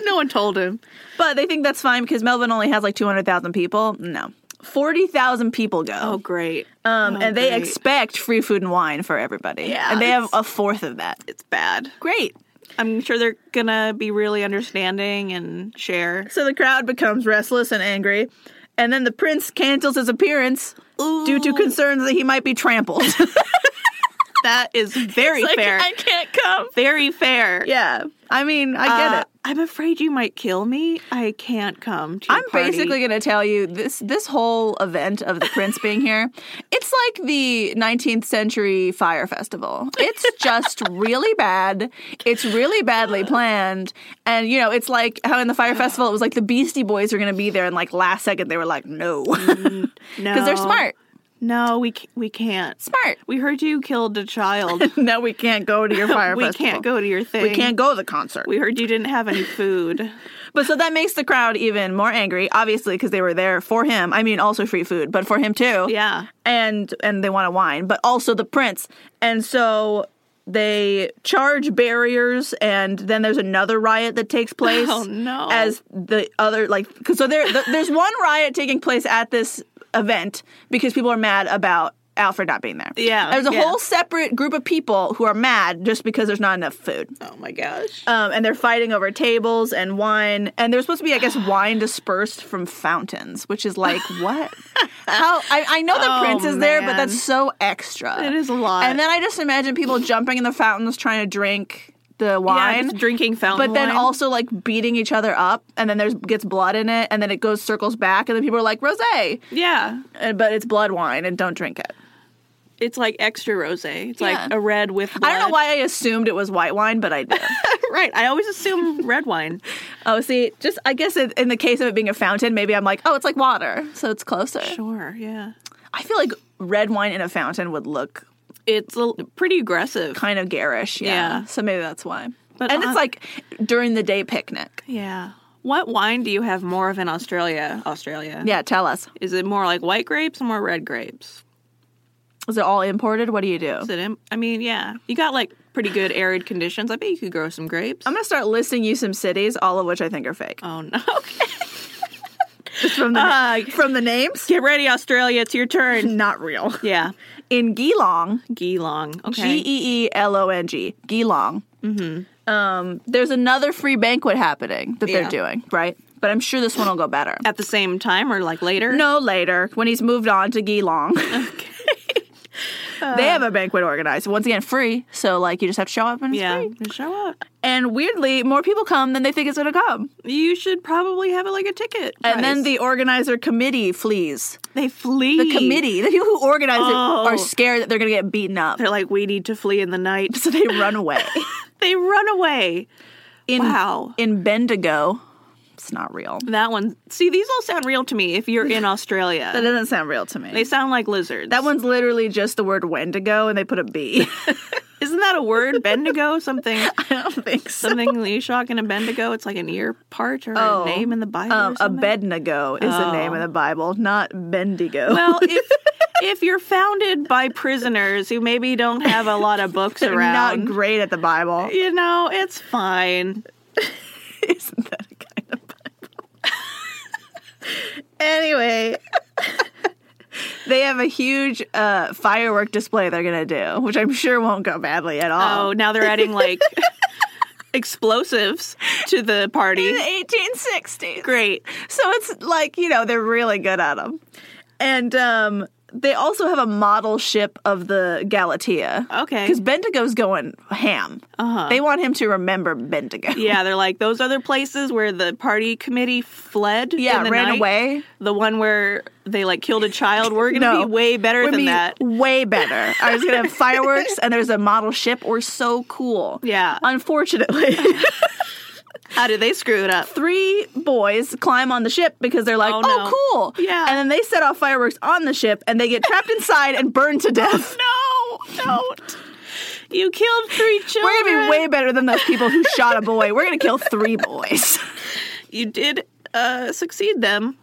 [SPEAKER 2] no one told him.
[SPEAKER 1] But they think that's fine because Melbourne only has like 200,000 people. No. 40,000 people
[SPEAKER 2] Oh,
[SPEAKER 1] go.
[SPEAKER 2] great.
[SPEAKER 1] um,
[SPEAKER 2] oh,
[SPEAKER 1] and they
[SPEAKER 2] great.
[SPEAKER 1] expect free food and wine for everybody.
[SPEAKER 2] Yeah,
[SPEAKER 1] And they have
[SPEAKER 2] it's-
[SPEAKER 1] a fourth of that.
[SPEAKER 2] it's bad.
[SPEAKER 1] Great.
[SPEAKER 2] I'm sure they're gonna be really understanding and share.
[SPEAKER 1] So the crowd becomes restless and angry. And then the prince cancels his appearance due to
[SPEAKER 2] Ooh.
[SPEAKER 1] concerns that he might be trampled.
[SPEAKER 2] That is very fair.
[SPEAKER 1] can't come.
[SPEAKER 2] very fair.
[SPEAKER 1] Yeah. I mean, I get
[SPEAKER 2] Uh,
[SPEAKER 1] it.
[SPEAKER 2] I'm afraid you might kill me. I can't come to your
[SPEAKER 1] I'm
[SPEAKER 2] party.
[SPEAKER 1] basically going to tell you this this whole event of the prince being here. It's like the 19th century fire festival. It's just really bad. It's really badly planned. And you know, it's like how in the fire festival it was like the Beastie Boys were going to be there and like last second they were like no. Cuz
[SPEAKER 2] no.
[SPEAKER 1] they're smart.
[SPEAKER 2] No, we c- we can't.
[SPEAKER 1] Smart.
[SPEAKER 2] We heard you killed a child.
[SPEAKER 1] No, we can't go to your fire
[SPEAKER 2] we
[SPEAKER 1] festival.
[SPEAKER 2] can't go to your thing.
[SPEAKER 1] We can't go to the concert.
[SPEAKER 2] We heard you didn't have any food.
[SPEAKER 1] But so that makes the crowd even more angry, obviously, because they were there for him. I mean, also free food, but for him too.
[SPEAKER 2] Yeah.
[SPEAKER 1] and and they want to wine, but also the prince. And so they charge barriers, and then there's another riot that takes place.
[SPEAKER 2] Oh, no.
[SPEAKER 1] As the other like, 'cause so there th- there's one riot taking place at this event because people are mad about. Alfred not being there.
[SPEAKER 2] Yeah,
[SPEAKER 1] There's a
[SPEAKER 2] yeah.
[SPEAKER 1] whole separate group of people who are mad just because there's not enough food.
[SPEAKER 2] Oh my gosh.
[SPEAKER 1] Um, and they're fighting over tables and wine. And there's supposed to be, I guess, wine dispersed from fountains, which is like, what? How? I, I know the
[SPEAKER 2] Oh,
[SPEAKER 1] prince is there, but
[SPEAKER 2] man.
[SPEAKER 1] that's so extra.
[SPEAKER 2] It is a lot.
[SPEAKER 1] And then I just imagine people jumping in the fountains trying to drink the
[SPEAKER 2] yeah,
[SPEAKER 1] wine.
[SPEAKER 2] just drinking fountain.
[SPEAKER 1] but then
[SPEAKER 2] wine.
[SPEAKER 1] also like beating each other up, and then there's gets blood in it, and then it goes circles back, and then people are like rosé,
[SPEAKER 2] yeah,
[SPEAKER 1] Uh, but it's blood wine, and don't drink it.
[SPEAKER 2] it's like extra rosé. It's
[SPEAKER 1] Yeah.
[SPEAKER 2] like a red with. Blood.
[SPEAKER 1] I don't know why I assumed it was white wine, but I did.
[SPEAKER 2] right. I always assume red wine.
[SPEAKER 1] Oh, see, just I guess in in the case of it being a fountain, maybe I'm like, oh, it's like water, so it's closer.
[SPEAKER 2] Sure. Yeah.
[SPEAKER 1] I feel like red wine in a fountain would look
[SPEAKER 2] It's a, l- pretty aggressive.
[SPEAKER 1] kind of garish. Yeah.
[SPEAKER 2] Yeah.
[SPEAKER 1] So maybe that's why.
[SPEAKER 2] But
[SPEAKER 1] and
[SPEAKER 2] on-
[SPEAKER 1] it's like during the day picnic.
[SPEAKER 2] Yeah. What wine do you have more of in Australia? Australia.
[SPEAKER 1] Yeah, tell us.
[SPEAKER 2] Is it more like white grapes or more red grapes?
[SPEAKER 1] Is it all imported? What do you do?
[SPEAKER 2] Is it? im- I mean, yeah. You got like pretty good arid conditions. I bet you could grow some grapes.
[SPEAKER 1] I'm gonna start listing you some cities, all of which I think are fake.
[SPEAKER 2] oh no. Okay.
[SPEAKER 1] Just from the, na- from the names?
[SPEAKER 2] Get ready, Australia. It's your turn.
[SPEAKER 1] Not real.
[SPEAKER 2] Yeah.
[SPEAKER 1] In Geelong,
[SPEAKER 2] Geelong. Okay.
[SPEAKER 1] G E E L O N G, Geelong. Mm-hmm. Um, there's another free banquet happening that
[SPEAKER 2] Yeah.
[SPEAKER 1] they're doing, right? But I'm sure this one will go better.
[SPEAKER 2] At the same time or like later?
[SPEAKER 1] No, later when he's moved on to Geelong. they have a banquet organized. Once again, free. So like you just have to show up and it's
[SPEAKER 2] Yeah.
[SPEAKER 1] free.
[SPEAKER 2] Show up.
[SPEAKER 1] And weirdly, more people come than they think it's going to come.
[SPEAKER 2] You should probably have it like a ticket.
[SPEAKER 1] And then
[SPEAKER 2] price.
[SPEAKER 1] the organizer committee flees.
[SPEAKER 2] they flee.
[SPEAKER 1] The committee, the people who organize
[SPEAKER 2] Oh.
[SPEAKER 1] it, are scared that they're going to get beaten up,
[SPEAKER 2] They're like, we need to flee in the night.
[SPEAKER 1] so they run away.
[SPEAKER 2] they run away.
[SPEAKER 1] In,
[SPEAKER 2] Wow.
[SPEAKER 1] In Bendigo, it's not real.
[SPEAKER 2] That one. See, these all sound real to me if you're in Australia.
[SPEAKER 1] That doesn't sound real to me.
[SPEAKER 2] They sound like lizards.
[SPEAKER 1] that one's literally just the word Wendigo, and they put a B.
[SPEAKER 2] Isn't that a word? Bendigo? Something
[SPEAKER 1] I don't think so.
[SPEAKER 2] something that you shock in a Bendigo? It's like an ear part or
[SPEAKER 1] Oh.
[SPEAKER 2] a name in the Bible. or
[SPEAKER 1] Um,
[SPEAKER 2] something?
[SPEAKER 1] Abednego is the name
[SPEAKER 2] Oh.
[SPEAKER 1] in the Bible, not Bendigo.
[SPEAKER 2] Well, if if you're founded by prisoners who maybe don't have a lot of books
[SPEAKER 1] They're not
[SPEAKER 2] around,
[SPEAKER 1] great at the Bible.
[SPEAKER 2] you know, it's fine.
[SPEAKER 1] Isn't that a kind of Bible? anyway, they have a huge uh, firework display they're going to do, which I'm sure won't go badly at all.
[SPEAKER 2] Oh, now they're adding like explosives to the
[SPEAKER 1] In
[SPEAKER 2] party.
[SPEAKER 1] the 1860s.
[SPEAKER 2] Great.
[SPEAKER 1] So it's like, you know, they're really good at them. And um, they also have a model ship of the Galatea.
[SPEAKER 2] Okay.
[SPEAKER 1] Because Bendigo's going ham.
[SPEAKER 2] Uh-huh.
[SPEAKER 1] They want him to remember Bendigo.
[SPEAKER 2] Yeah, they're like those other places where the party committee fled.
[SPEAKER 1] Yeah,
[SPEAKER 2] in the
[SPEAKER 1] ran
[SPEAKER 2] night,
[SPEAKER 1] away.
[SPEAKER 2] The one where they like killed a child. We're gonna be way better
[SPEAKER 1] We're
[SPEAKER 2] than
[SPEAKER 1] be
[SPEAKER 2] that.
[SPEAKER 1] Way better. I was gonna have fireworks and there's a model ship or so cool.
[SPEAKER 2] Yeah.
[SPEAKER 1] Unfortunately,
[SPEAKER 2] How did they screw it up?
[SPEAKER 1] three boys climb on the ship because they're like,
[SPEAKER 2] Oh,
[SPEAKER 1] "Oh,
[SPEAKER 2] no.
[SPEAKER 1] cool!"
[SPEAKER 2] Yeah.
[SPEAKER 1] and then they set off fireworks on the ship and they get trapped inside and burned to death.
[SPEAKER 2] No, don't. You killed three children.
[SPEAKER 1] We're gonna be way better than those people who shot a boy. We're gonna kill three boys.
[SPEAKER 2] you did uh, succeed them.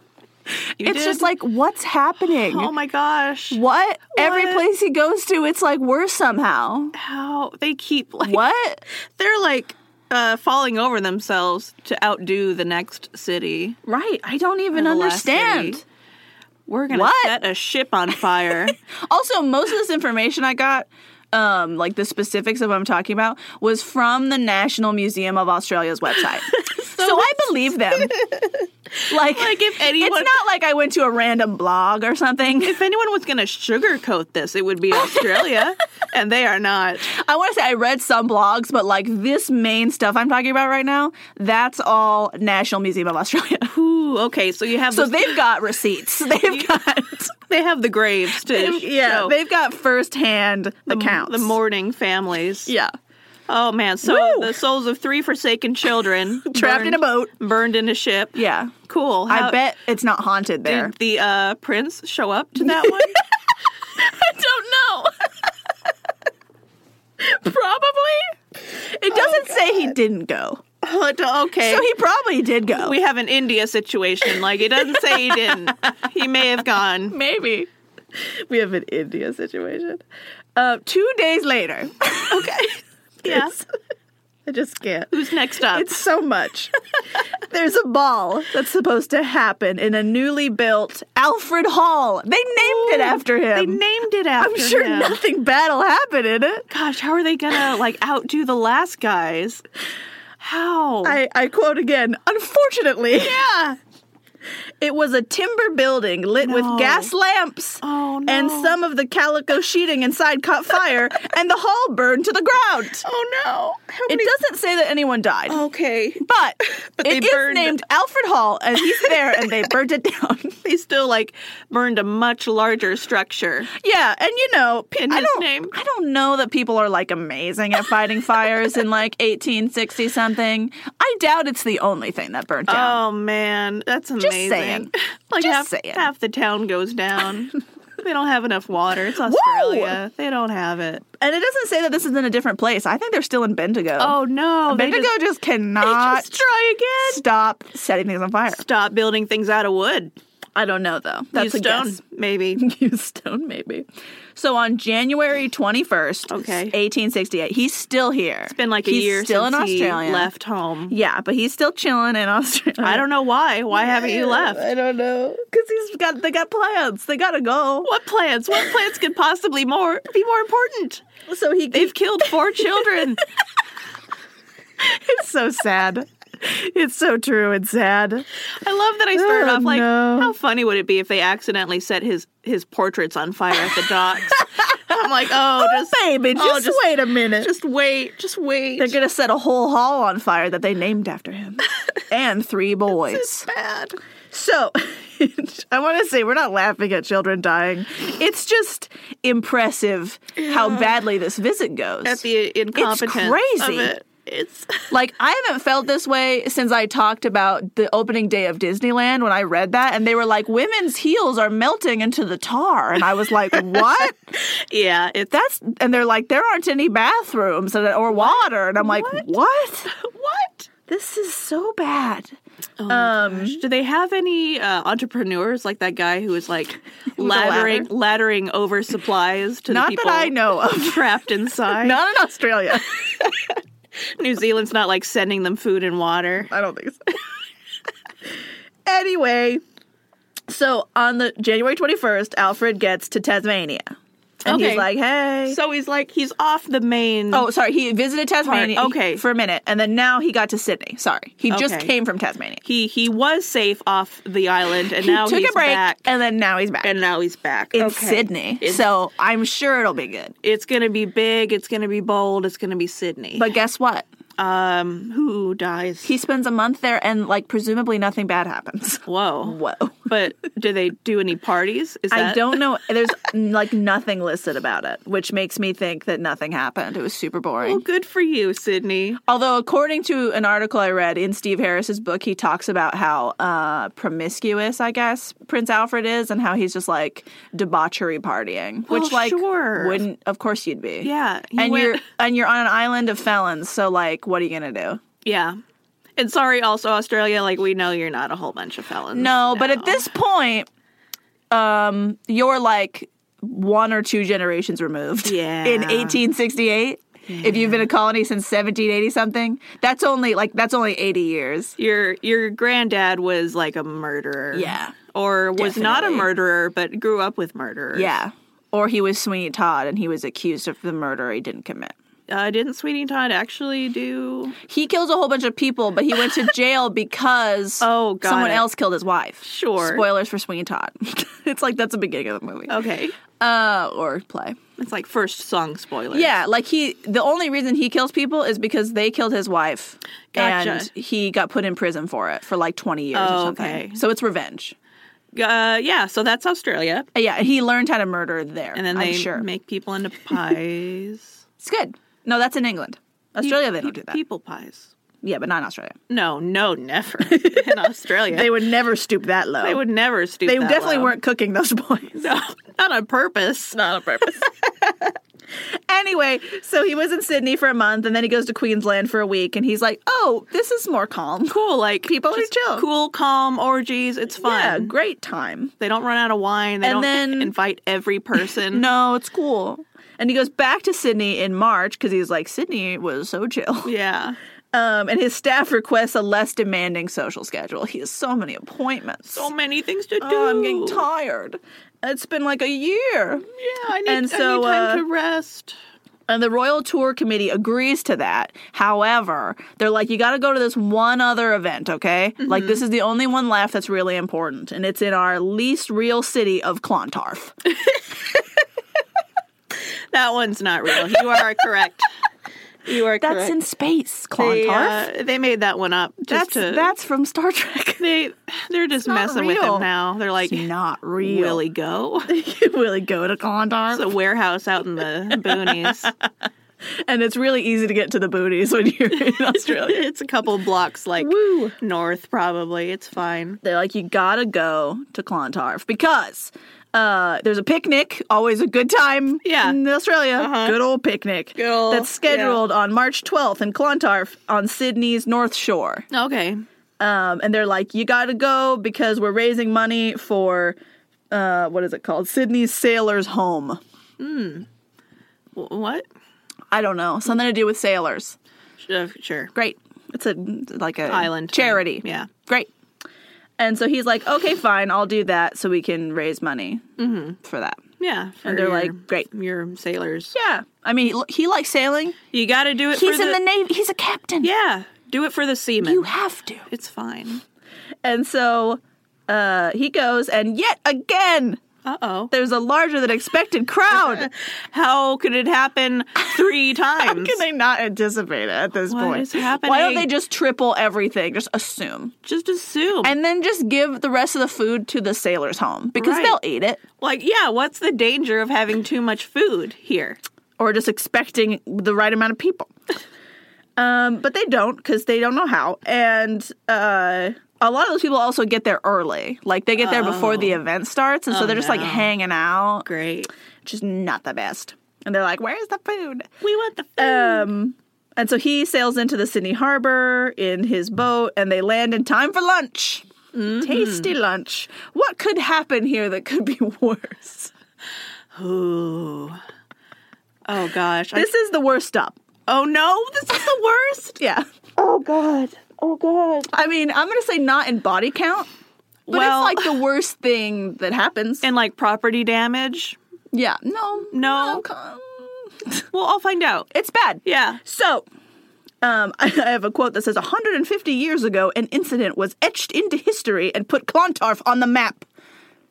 [SPEAKER 2] You
[SPEAKER 1] it's
[SPEAKER 2] did.
[SPEAKER 1] just like, what's happening?
[SPEAKER 2] oh my gosh,
[SPEAKER 1] what? Every
[SPEAKER 2] What?
[SPEAKER 1] place he goes to, it's like worse somehow.
[SPEAKER 2] how they keep like
[SPEAKER 1] What?
[SPEAKER 2] they're like uh, falling over themselves to outdo the next city.
[SPEAKER 1] Right. I don't even
[SPEAKER 2] the last
[SPEAKER 1] understand.
[SPEAKER 2] city. We're gonna
[SPEAKER 1] What?
[SPEAKER 2] set a ship on fire.
[SPEAKER 1] Also, most of this information I got, um, like the specifics of what I'm talking about, was from the National Museum of Australia's website. so I believe them. Like,
[SPEAKER 2] like if anyone,
[SPEAKER 1] it's not like I went to a random blog or something.
[SPEAKER 2] if anyone was gonna sugarcoat this, it would be Australia, and they are not.
[SPEAKER 1] I want to say I read some blogs, but like this main stuff I'm talking about right now, that's all National Museum of Australia.
[SPEAKER 2] Ooh, okay, so you have
[SPEAKER 1] So
[SPEAKER 2] the
[SPEAKER 1] they've got receipts. They've got
[SPEAKER 2] they have the graves to
[SPEAKER 1] yeah,
[SPEAKER 2] show.
[SPEAKER 1] they've got firsthand accounts.
[SPEAKER 2] the mourning families.
[SPEAKER 1] yeah,
[SPEAKER 2] Oh man, so
[SPEAKER 1] Woo!
[SPEAKER 2] the souls of three forsaken children
[SPEAKER 1] trapped in a
[SPEAKER 2] burned-
[SPEAKER 1] boat.
[SPEAKER 2] burned in a ship.
[SPEAKER 1] Yeah,
[SPEAKER 2] Cool.
[SPEAKER 1] I
[SPEAKER 2] How-
[SPEAKER 1] bet it's not haunted there.
[SPEAKER 2] did the uh, prince show up to that one.
[SPEAKER 1] don't know. probably. It doesn't say he didn't go.
[SPEAKER 2] Oh, d- okay.
[SPEAKER 1] So he probably did go.
[SPEAKER 2] we have an India situation. Like it doesn't say he didn't. he may have gone.
[SPEAKER 1] Maybe. We have an India situation. Uh, two days later.
[SPEAKER 2] Okay. Yeah.
[SPEAKER 1] Yes. I just can't.
[SPEAKER 2] Who's next up?
[SPEAKER 1] It's so much. There's a ball that's supposed to happen in a newly built Alfred Hall. They named it after him.
[SPEAKER 2] they named it after
[SPEAKER 1] I'm sure
[SPEAKER 2] him.
[SPEAKER 1] nothing bad will happen in it.
[SPEAKER 2] Gosh, how are they gonna like outdo the last guys? How?
[SPEAKER 1] I, I quote again, unfortunately. Yeah. It was a timber building lit
[SPEAKER 2] No.
[SPEAKER 1] with gas lamps.
[SPEAKER 2] oh no.
[SPEAKER 1] And some of the calico sheeting inside caught fire, and the hall burned to the ground.
[SPEAKER 2] Oh no. How
[SPEAKER 1] It doesn't say that anyone died,
[SPEAKER 2] does. Okay.
[SPEAKER 1] but,
[SPEAKER 2] But they
[SPEAKER 1] it is
[SPEAKER 2] burned-
[SPEAKER 1] named Alfred Hall, and he's there, and they burned it down.
[SPEAKER 2] They still like burned a much larger structure.
[SPEAKER 1] Yeah, and you know, pe-
[SPEAKER 2] In
[SPEAKER 1] I
[SPEAKER 2] his
[SPEAKER 1] don't,
[SPEAKER 2] name.
[SPEAKER 1] I don't know that people are like amazing at fighting fires in like 1860 something. I doubt it's the only thing that burnt down.
[SPEAKER 2] Oh man, that's amazing.
[SPEAKER 1] saying.
[SPEAKER 2] Like
[SPEAKER 1] Just
[SPEAKER 2] half,
[SPEAKER 1] saying.
[SPEAKER 2] half the town goes down. they don't have enough water. It's Australia. They don't have it.
[SPEAKER 1] And it doesn't say that this is in a different place. I think they're still in Bendigo.
[SPEAKER 2] Oh no. They
[SPEAKER 1] Bendigo
[SPEAKER 2] just,
[SPEAKER 1] just,
[SPEAKER 2] they
[SPEAKER 1] cannot
[SPEAKER 2] just try again.
[SPEAKER 1] stop setting things on fire.
[SPEAKER 2] Stop building things out of wood.
[SPEAKER 1] I don't know though. That's
[SPEAKER 2] Use
[SPEAKER 1] a
[SPEAKER 2] stone,
[SPEAKER 1] guess.
[SPEAKER 2] maybe.
[SPEAKER 1] Use stone, maybe. So on January 21st,
[SPEAKER 2] Okay.
[SPEAKER 1] 1868, he's still here. It's
[SPEAKER 2] been like a
[SPEAKER 1] he's
[SPEAKER 2] year
[SPEAKER 1] still
[SPEAKER 2] since
[SPEAKER 1] in Australia.
[SPEAKER 2] he left home.
[SPEAKER 1] Yeah, but he's still chilling in Australia.
[SPEAKER 2] I don't know why. Why haven't you left?
[SPEAKER 1] I don't know. Cuz he's got they got plans. They got to go.
[SPEAKER 2] What plans? What plans could possibly more be more important?
[SPEAKER 1] So he
[SPEAKER 2] They've killed four children.
[SPEAKER 1] it's so sad. It's so true and sad.
[SPEAKER 2] I love that I started
[SPEAKER 1] Oh,
[SPEAKER 2] off like,
[SPEAKER 1] no.
[SPEAKER 2] how funny would it be if they accidentally set his his portraits on fire at the docks? I'm like, oh, just
[SPEAKER 1] Baby,
[SPEAKER 2] oh,
[SPEAKER 1] just, wait a minute.
[SPEAKER 2] just wait, just wait.
[SPEAKER 1] They're going to set a whole hall on fire that they named after him and three boys.
[SPEAKER 2] bad.
[SPEAKER 1] So, I want to say we're not laughing at children dying. It's just impressive how badly this visit goes.
[SPEAKER 2] At the incompetence
[SPEAKER 1] crazy.
[SPEAKER 2] of it. It's
[SPEAKER 1] like, I haven't felt this way since I talked about the opening day of Disneyland when I read that, and they were like, women's heels are melting into the tar. And I was like, what?
[SPEAKER 2] yeah, it's
[SPEAKER 1] That's, and they're like, there aren't any bathrooms and- or water. And I'm like,
[SPEAKER 2] What?
[SPEAKER 1] what?
[SPEAKER 2] what?
[SPEAKER 1] This is so bad.
[SPEAKER 2] Oh my gosh. Do they have any uh, entrepreneurs like that guy who was like
[SPEAKER 1] With a ladder?
[SPEAKER 2] laddering laddering over supplies to
[SPEAKER 1] Not
[SPEAKER 2] the
[SPEAKER 1] that
[SPEAKER 2] people
[SPEAKER 1] I know of.
[SPEAKER 2] trapped inside?
[SPEAKER 1] Not in Australia.
[SPEAKER 2] New Zealand's not like sending them food and water.
[SPEAKER 1] I don't think so. anyway, so on the January 21st, Alfred gets to Tasmania. And he's
[SPEAKER 2] Okay.
[SPEAKER 1] like, hey.
[SPEAKER 2] So he's like he's off the main
[SPEAKER 1] oh, sorry. He visited Tasmania
[SPEAKER 2] Part- okay.
[SPEAKER 1] for a minute, and then now he got to Sydney. Sorry. He just
[SPEAKER 2] Okay.
[SPEAKER 1] came from Tasmania.
[SPEAKER 2] he he was safe off the island and
[SPEAKER 1] He
[SPEAKER 2] now
[SPEAKER 1] took
[SPEAKER 2] he's
[SPEAKER 1] a break,
[SPEAKER 2] back
[SPEAKER 1] and then now he's back
[SPEAKER 2] and now he's back
[SPEAKER 1] in
[SPEAKER 2] Okay.
[SPEAKER 1] Sydney.
[SPEAKER 2] It's-
[SPEAKER 1] so I'm sure it'll be good.
[SPEAKER 2] it's gonna be big it's gonna be bold it's gonna be sydney
[SPEAKER 1] But guess what?
[SPEAKER 2] um who dies
[SPEAKER 1] He spends a month there, and like presumably nothing bad happens.
[SPEAKER 2] whoa
[SPEAKER 1] Whoa.
[SPEAKER 2] but do they do any parties is that
[SPEAKER 1] I don't know. There's like nothing listed about it, which makes me think that nothing happened. It was super boring.
[SPEAKER 2] well good for you sydney
[SPEAKER 1] Although, according to an article I read in Steve Harris's book, he talks about how uh, promiscuous, I guess, Prince Alfred is, and how he's just like debauchery partying,
[SPEAKER 2] Well,
[SPEAKER 1] which like
[SPEAKER 2] sure.
[SPEAKER 1] wouldn't, of course, you'd be.
[SPEAKER 2] yeah he
[SPEAKER 1] and
[SPEAKER 2] went-
[SPEAKER 1] you're and you're on an island of felons, so like, what are you gonna do?
[SPEAKER 2] yeah and sorry also australia like we know you're not a whole bunch of felons
[SPEAKER 1] No, but
[SPEAKER 2] now.
[SPEAKER 1] at this point, um, you're like one or two generations removed.
[SPEAKER 2] Yeah.
[SPEAKER 1] In 1868, if you've been a colony since 1780 something, that's only like that's only 80 years.
[SPEAKER 2] your your granddad was like a murderer
[SPEAKER 1] Yeah.
[SPEAKER 2] or was not a
[SPEAKER 1] Definitely.
[SPEAKER 2] murderer but grew up with murderers
[SPEAKER 1] Yeah. Or he was Sweeney Todd and he was accused of the murder he didn't commit.
[SPEAKER 2] Uh, didn't Sweeney Todd actually do?
[SPEAKER 1] He kills a whole bunch of people, but he went to jail because
[SPEAKER 2] Oh, got
[SPEAKER 1] someone
[SPEAKER 2] it.
[SPEAKER 1] else killed his wife.
[SPEAKER 2] Sure. Oh.
[SPEAKER 1] Spoilers for Sweeney Todd. it's like that's the beginning of the movie.
[SPEAKER 2] Okay,
[SPEAKER 1] Uh, or play.
[SPEAKER 2] it's like first song spoiler.
[SPEAKER 1] Yeah, like he the only reason he kills people is because they killed his wife and
[SPEAKER 2] Gotcha.
[SPEAKER 1] he got put in prison for it for like 20 years or
[SPEAKER 2] Oh,
[SPEAKER 1] something.
[SPEAKER 2] okay.
[SPEAKER 1] So it's revenge.
[SPEAKER 2] uh, yeah. So that's Australia,
[SPEAKER 1] Yeah, he learned how to murder there.
[SPEAKER 2] and then they
[SPEAKER 1] I'm sure.
[SPEAKER 2] make people into pies.
[SPEAKER 1] it's good. No, that's in England. Australia they don't
[SPEAKER 2] Pe-
[SPEAKER 1] do that.
[SPEAKER 2] People pies.
[SPEAKER 1] yeah, but not in Australia.
[SPEAKER 2] No, no, never in Australia.
[SPEAKER 1] They
[SPEAKER 2] they,
[SPEAKER 1] would never stoop that low.
[SPEAKER 2] would never stoop.
[SPEAKER 1] They
[SPEAKER 2] that
[SPEAKER 1] definitely
[SPEAKER 2] low.
[SPEAKER 1] weren't cooking those boys.
[SPEAKER 2] No, not on purpose. Not on purpose.
[SPEAKER 1] anyway, so he was in Sydney for a month and then he goes to Queensland for a week and he's like, "Oh, this is more calm."
[SPEAKER 2] cool, like people
[SPEAKER 1] are chill.
[SPEAKER 2] Cool, calm orgies. It's
[SPEAKER 1] Yeah,
[SPEAKER 2] fun.
[SPEAKER 1] great time.
[SPEAKER 2] They don't run out of wine. They
[SPEAKER 1] And
[SPEAKER 2] don't
[SPEAKER 1] then-
[SPEAKER 2] invite every person.
[SPEAKER 1] No, it's cool. And he goes back to Sydney in March because he's like, Sydney was so chill.
[SPEAKER 2] Yeah.
[SPEAKER 1] Um, and his staff requests a less demanding social schedule. He has so many appointments.
[SPEAKER 2] So many things to do.
[SPEAKER 1] Oh, I'm getting tired. It's been like a year.
[SPEAKER 2] Yeah, I need,
[SPEAKER 1] And so,
[SPEAKER 2] I need time
[SPEAKER 1] uh,
[SPEAKER 2] to rest.
[SPEAKER 1] And the Royal Tour Committee agrees to that. However, they're like, you got to go to this one other event, okay? Like, this is the only one left that's really important. And it's in our least real city of Clontarf.
[SPEAKER 2] That one's not real. You are correct. You are
[SPEAKER 1] That's
[SPEAKER 2] correct.
[SPEAKER 1] in space,
[SPEAKER 2] they,
[SPEAKER 1] Clontarf.
[SPEAKER 2] uh, they made that one up
[SPEAKER 1] that's,
[SPEAKER 2] just to.
[SPEAKER 1] that's from Star Trek.
[SPEAKER 2] they they're just
[SPEAKER 1] not
[SPEAKER 2] messing with
[SPEAKER 1] real.
[SPEAKER 2] him now. They're like,
[SPEAKER 1] It's not real.
[SPEAKER 2] will he go?
[SPEAKER 1] really go to Condor.
[SPEAKER 2] It's a warehouse out in the boonies.
[SPEAKER 1] and it's really easy to get to the booties when you're in Australia.
[SPEAKER 2] it's a couple blocks like
[SPEAKER 1] Woo.
[SPEAKER 2] north, probably. It's fine.
[SPEAKER 1] They're like, you gotta go to Clontarf because uh, there's a picnic, always a good time
[SPEAKER 2] Yeah.
[SPEAKER 1] in Australia.
[SPEAKER 2] Uh-huh.
[SPEAKER 1] Good old picnic.
[SPEAKER 2] Good ol'-
[SPEAKER 1] that's scheduled on March 12th in Clontarf on Sydney's North Shore.
[SPEAKER 2] Okay.
[SPEAKER 1] Um, and they're like, you gotta go because we're raising money for, uh, what is it called? Sydney's Sailors Home.
[SPEAKER 2] Wh- What?
[SPEAKER 1] I don't know. Something to do with sailors.
[SPEAKER 2] Uh, sure.
[SPEAKER 1] Great. It's a like a
[SPEAKER 2] Island thing.
[SPEAKER 1] charity.
[SPEAKER 2] Yeah.
[SPEAKER 1] Great. And so he's like, okay, fine, I'll do that so we can raise money for that.
[SPEAKER 2] Yeah.
[SPEAKER 1] And
[SPEAKER 2] Mm-hmm. for
[SPEAKER 1] they're
[SPEAKER 2] your-
[SPEAKER 1] like, great.
[SPEAKER 2] Your sailors.
[SPEAKER 1] Yeah. I mean, he- he likes sailing.
[SPEAKER 2] You got to do it
[SPEAKER 1] He's
[SPEAKER 2] for
[SPEAKER 1] in the Navy. He's a captain.
[SPEAKER 2] Yeah. Do it for the seamen.
[SPEAKER 1] You have to.
[SPEAKER 2] it's fine.
[SPEAKER 1] And so uh, he goes, and yet again,
[SPEAKER 2] Uh oh.
[SPEAKER 1] there's a larger than expected crowd.
[SPEAKER 2] How could it happen three times?
[SPEAKER 1] Can they not anticipate it at this
[SPEAKER 2] What
[SPEAKER 1] point?
[SPEAKER 2] is
[SPEAKER 1] Why don't
[SPEAKER 2] happening?
[SPEAKER 1] they just triple everything? Just assume.
[SPEAKER 2] Just assume.
[SPEAKER 1] And then just give the rest of the food to the sailors home because
[SPEAKER 2] Right.
[SPEAKER 1] they'll eat it.
[SPEAKER 2] like, yeah, what's the danger of having too much food here?
[SPEAKER 1] or just expecting the right amount of people. Um, but they don't because they don't know how. And uh, a lot of those people also get there early. Like they get there before the event starts. And so they're just like
[SPEAKER 2] Oh. no.
[SPEAKER 1] hanging out,
[SPEAKER 2] Great.
[SPEAKER 1] which is not the best. And they're like, where's the food?
[SPEAKER 2] We want the food.
[SPEAKER 1] Um, and so he sails into the Sydney Harbor in his boat and they land in time for lunch.
[SPEAKER 2] Mm-hmm.
[SPEAKER 1] Tasty lunch. What could happen here that could be worse?
[SPEAKER 2] Ooh. Oh gosh. I-
[SPEAKER 1] This is the worst stop.
[SPEAKER 2] oh no, this is the worst.
[SPEAKER 1] Yeah.
[SPEAKER 2] Oh god. Oh god.
[SPEAKER 1] I mean, I'm gonna say not in body count, but
[SPEAKER 2] Well-
[SPEAKER 1] it's like the worst thing that happens.
[SPEAKER 2] And like property damage.
[SPEAKER 1] yeah, no,
[SPEAKER 2] No.
[SPEAKER 1] come-
[SPEAKER 2] Well, I'll find out.
[SPEAKER 1] it's bad.
[SPEAKER 2] Yeah.
[SPEAKER 1] So, um, I have a quote that says 150 years ago, an incident was etched into history and put Clontarf on the map.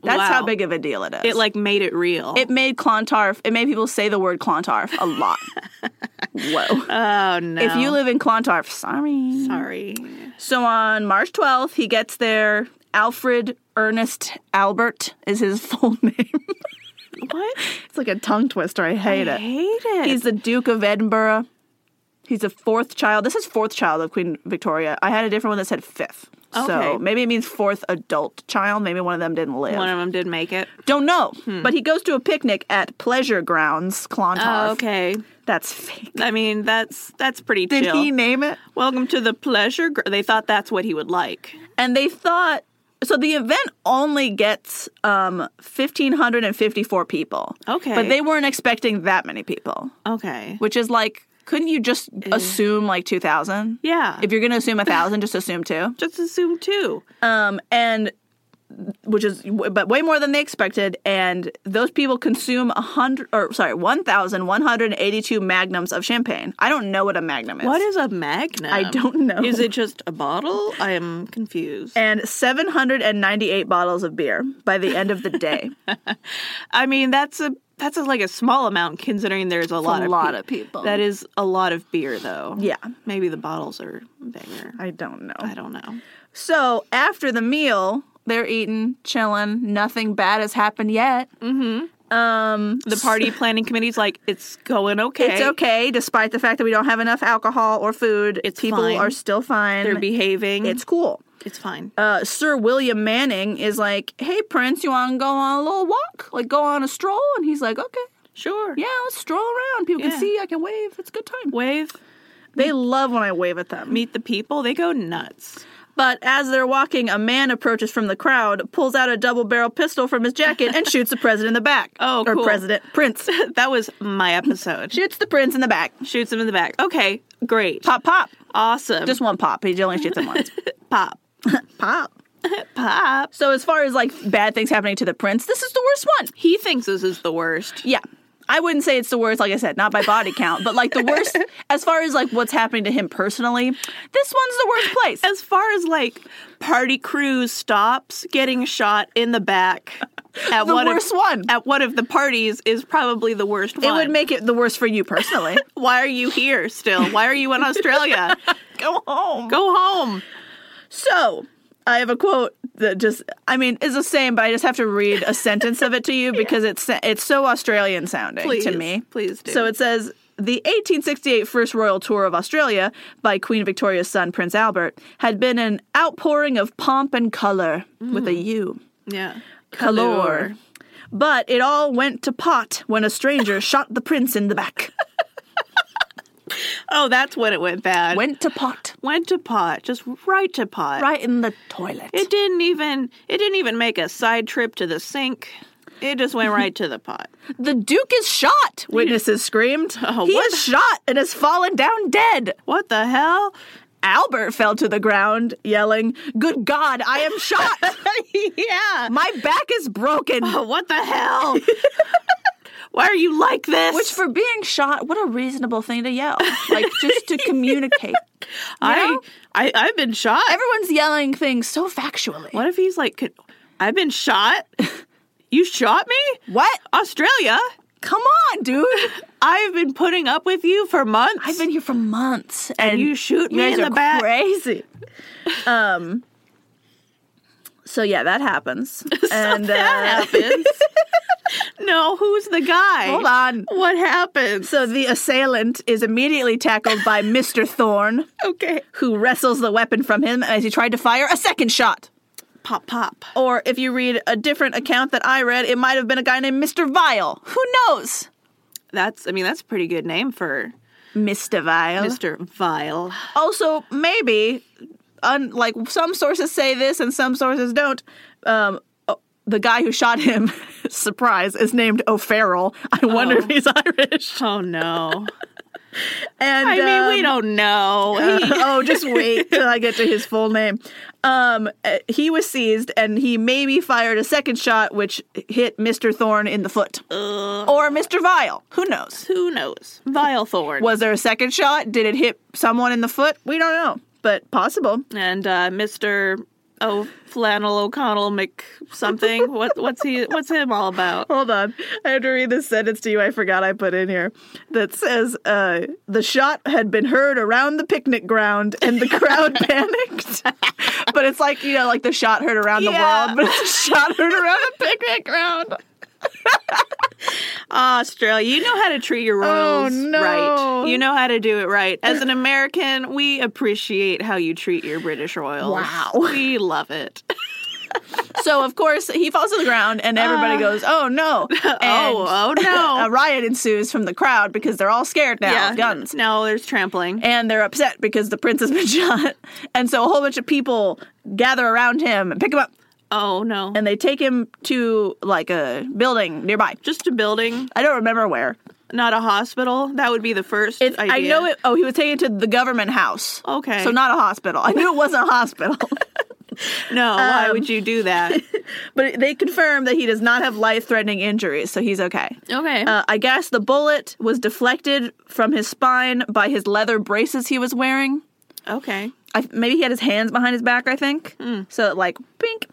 [SPEAKER 1] That's
[SPEAKER 2] Wow.
[SPEAKER 1] how big of a deal it is.
[SPEAKER 2] It like made it real.
[SPEAKER 1] it made Clontarf. It made people say the word Clontarf a lot. Whoa.
[SPEAKER 2] oh no.
[SPEAKER 1] If you live in Clontarf, sorry.
[SPEAKER 2] sorry.
[SPEAKER 1] So on March 12th, he gets there. Alfred Ernest Albert is his full name.
[SPEAKER 2] What?
[SPEAKER 1] It's like a tongue twister. I hate
[SPEAKER 2] I
[SPEAKER 1] it.
[SPEAKER 2] hate it.
[SPEAKER 1] He's the Duke of Edinburgh. He's the fourth child. This is fourth child of Queen Victoria. I had a different one that said fifth. So
[SPEAKER 2] Okay.
[SPEAKER 1] maybe it means fourth adult child. Maybe one Hmm. of them didn't live.
[SPEAKER 2] One of them did make it.
[SPEAKER 1] Don't know. But he goes to a picnic at Pleasure Grounds, Clontarf.
[SPEAKER 2] Oh, okay.
[SPEAKER 1] That's fake.
[SPEAKER 2] I mean, that's that's pretty
[SPEAKER 1] Did
[SPEAKER 2] chill.
[SPEAKER 1] he name it?
[SPEAKER 2] Welcome to the pleasure. Gr- they thought that's what he would like.
[SPEAKER 1] and they thought so the event only gets um 1554 people
[SPEAKER 2] Okay.
[SPEAKER 1] but they weren't expecting that many people
[SPEAKER 2] Okay.
[SPEAKER 1] which is like couldn't you just assume like 2000
[SPEAKER 2] Yeah.
[SPEAKER 1] if you're gonna assume a thousand just assume two
[SPEAKER 2] Just assume two.
[SPEAKER 1] um and which is but way more than they expected and those people consume a hundred or sorry 1182 magnums of champagne i don't know what a magnum is
[SPEAKER 2] What is a magnum?
[SPEAKER 1] I don't know.
[SPEAKER 2] Is it just a bottle? I am confused.
[SPEAKER 1] and 798 bottles of beer by the end of the day
[SPEAKER 2] I mean, that's a that's a, like a small amount considering there's a lot
[SPEAKER 1] a
[SPEAKER 2] of
[SPEAKER 1] lot
[SPEAKER 2] peop-
[SPEAKER 1] of people.
[SPEAKER 2] That is a lot of beer, though.
[SPEAKER 1] Yeah.
[SPEAKER 2] Maybe the bottles are bigger.
[SPEAKER 1] I don't know.
[SPEAKER 2] I don't know.
[SPEAKER 1] So after the meal, they're eating, chilling. Nothing bad has happened yet.
[SPEAKER 2] The party planning committee's like, it's going okay.
[SPEAKER 1] It's okay, despite the fact that we don't have enough alcohol or food.
[SPEAKER 2] It's
[SPEAKER 1] people
[SPEAKER 2] fine.
[SPEAKER 1] are still fine.
[SPEAKER 2] They're behaving.
[SPEAKER 1] it's cool.
[SPEAKER 2] it's fine.
[SPEAKER 1] Uh, Sir William Manning is like, "Hey Prince, you want to go on a little walk? Like go on a stroll?" And he's like, "Okay,
[SPEAKER 2] Sure.
[SPEAKER 1] yeah, let's stroll around. People
[SPEAKER 2] Yeah.
[SPEAKER 1] can see. I can wave. It's a good time."
[SPEAKER 2] Wave.
[SPEAKER 1] They love when I wave at them.
[SPEAKER 2] Meet the people. They go nuts.
[SPEAKER 1] But as they're walking, a man approaches from the crowd, pulls out a double barrel pistol from his jacket, and shoots the president in the back.
[SPEAKER 2] Oh,
[SPEAKER 1] Or
[SPEAKER 2] cool.
[SPEAKER 1] president. Prince.
[SPEAKER 2] that was my episode.
[SPEAKER 1] shoots the prince in the back.
[SPEAKER 2] Shoots him in the back. Okay, great.
[SPEAKER 1] Pop, pop.
[SPEAKER 2] Awesome.
[SPEAKER 1] Just one pop. He only shoots him once.
[SPEAKER 2] pop.
[SPEAKER 1] pop.
[SPEAKER 2] Pop.
[SPEAKER 1] So, as far as like bad things happening to the prince, this is the worst one.
[SPEAKER 2] He thinks this is the worst.
[SPEAKER 1] Yeah. I wouldn't say it's the worst, like I said, not by body count, but like the worst, as far as like what's happening to him personally, this one's the worst place.
[SPEAKER 2] As far as like party cruise stops, getting shot in the back at
[SPEAKER 1] The
[SPEAKER 2] one
[SPEAKER 1] worst
[SPEAKER 2] of,
[SPEAKER 1] one.
[SPEAKER 2] at one of the parties is probably the worst
[SPEAKER 1] It
[SPEAKER 2] one.
[SPEAKER 1] would make it the worst for you personally.
[SPEAKER 2] Why are you here still? Why are you in Australia?
[SPEAKER 1] Go home.
[SPEAKER 2] Go home.
[SPEAKER 1] So I have a quote that just, I mean, is the same, but I just have to read a sentence of it to you because it's it's so Australian sounding
[SPEAKER 2] Please,
[SPEAKER 1] to me.
[SPEAKER 2] please do.
[SPEAKER 1] So it says. The 1868 First Royal Tour of Australia by Queen Victoria's son Prince Albert had been an outpouring of pomp and color with a U.
[SPEAKER 2] Yeah.
[SPEAKER 1] Color. But it all went to pot when a stranger shot the prince in the back.
[SPEAKER 2] Oh, that's when it went bad.
[SPEAKER 1] Went to pot.
[SPEAKER 2] went to pot, just right to pot.
[SPEAKER 1] Right in the toilet.
[SPEAKER 2] It didn't even it didn't even make a side trip to the sink. It just went right to the pot.
[SPEAKER 1] The Duke is shot, witnesses screamed.
[SPEAKER 2] Oh,
[SPEAKER 1] he
[SPEAKER 2] what?
[SPEAKER 1] is shot and has fallen down dead.
[SPEAKER 2] What the hell?
[SPEAKER 1] Albert fell to the ground, yelling, Good God, I am shot!
[SPEAKER 2] yeah.
[SPEAKER 1] My back is broken!
[SPEAKER 2] Oh, what the hell? Why are you like this?
[SPEAKER 1] Which, for being shot, what a reasonable thing to yell. Like, just to communicate.
[SPEAKER 2] I,
[SPEAKER 1] know?
[SPEAKER 2] I I've been shot.
[SPEAKER 1] Everyone's yelling things so factually.
[SPEAKER 2] what if he's like, "Could- I've been shot. you shot me,
[SPEAKER 1] What?
[SPEAKER 2] Australia.
[SPEAKER 1] Come on, dude!
[SPEAKER 2] I've been putting up with you for months.
[SPEAKER 1] I've been here for months, and,
[SPEAKER 2] you shoot
[SPEAKER 1] you
[SPEAKER 2] me
[SPEAKER 1] guys
[SPEAKER 2] in
[SPEAKER 1] are
[SPEAKER 2] the back.
[SPEAKER 1] Crazy. Um. So yeah, that happens, and uh,
[SPEAKER 2] that happens. no, who's the guy?
[SPEAKER 1] hold on.
[SPEAKER 2] What happens?
[SPEAKER 1] So the assailant is immediately tackled by Mr. Thorne,
[SPEAKER 2] Okay.
[SPEAKER 1] who wrestles the weapon from him as he tried to fire a second shot.
[SPEAKER 2] Pop, pop.
[SPEAKER 1] Or if you read a different account that I read, it might have been a guy named Mr. Vile. Who knows?
[SPEAKER 2] That's. I mean, that's a pretty good name for
[SPEAKER 1] Mr. Vile.
[SPEAKER 2] Mr. Vile.
[SPEAKER 1] Also, maybe, un- like some sources say this and some sources don't, um, oh, the guy who shot him, surprise, is named O'Farrell. I wonder if he's Irish.
[SPEAKER 2] Oh no.
[SPEAKER 1] And
[SPEAKER 2] I mean, we
[SPEAKER 1] um,
[SPEAKER 2] don't know.
[SPEAKER 1] Uh,
[SPEAKER 2] He-
[SPEAKER 1] oh, just wait till I get to his full name. Um, uh, he was seized, and he maybe fired a second shot, which hit Mr. Thorne in the foot, or Mr. Vile. Who knows?
[SPEAKER 2] who knows? Vile Thorn.
[SPEAKER 1] Was there a second shot? Did it hit someone in the foot? We don't know, but possible.
[SPEAKER 2] and uh, Mr. O Flannel O'Connell Mc something. what what's he what's him all about?
[SPEAKER 1] Hold on, I have to read this sentence to you. I forgot I put in here that says uh, the shot had been heard around the picnic ground, and the crowd panicked. but it's like you know, like the shot heard around
[SPEAKER 2] Yeah.
[SPEAKER 1] the world, but it's a shot heard around the picnic ground.
[SPEAKER 2] Australia, you know how to treat your
[SPEAKER 1] Oh,
[SPEAKER 2] royals
[SPEAKER 1] no.
[SPEAKER 2] right. You know how to do it right. As an American, we appreciate how you treat your British royals.
[SPEAKER 1] Wow.
[SPEAKER 2] we love it.
[SPEAKER 1] So of course he falls to the ground, and everybody goes, "Oh no!" And
[SPEAKER 2] Uh. oh, oh no.
[SPEAKER 1] a riot ensues from the crowd because they're all scared now of guns,
[SPEAKER 2] No, there's trampling.
[SPEAKER 1] and they're upset because the prince has been shot, and so a whole bunch of people gather around him and pick him up,
[SPEAKER 2] Oh no,
[SPEAKER 1] and they take him to like a building nearby.
[SPEAKER 2] just a building,
[SPEAKER 1] I don't remember where.
[SPEAKER 2] not a hospital. That would be the first.
[SPEAKER 1] It's,
[SPEAKER 2] idea.
[SPEAKER 1] I know it. Oh, he was taken to the government house.
[SPEAKER 2] Okay.
[SPEAKER 1] so not a hospital. I knew it wasn't a hospital.
[SPEAKER 2] No, why
[SPEAKER 1] Um,
[SPEAKER 2] would you do that?
[SPEAKER 1] But they confirm that he does not have life threatening injuries, so he's okay.
[SPEAKER 2] Okay.
[SPEAKER 1] Uh, I guess the bullet was deflected from his spine by his leather braces he was wearing.
[SPEAKER 2] okay.
[SPEAKER 1] I, maybe he had his hands behind his back, I think.
[SPEAKER 2] Hmm.
[SPEAKER 1] So, it, like, bink,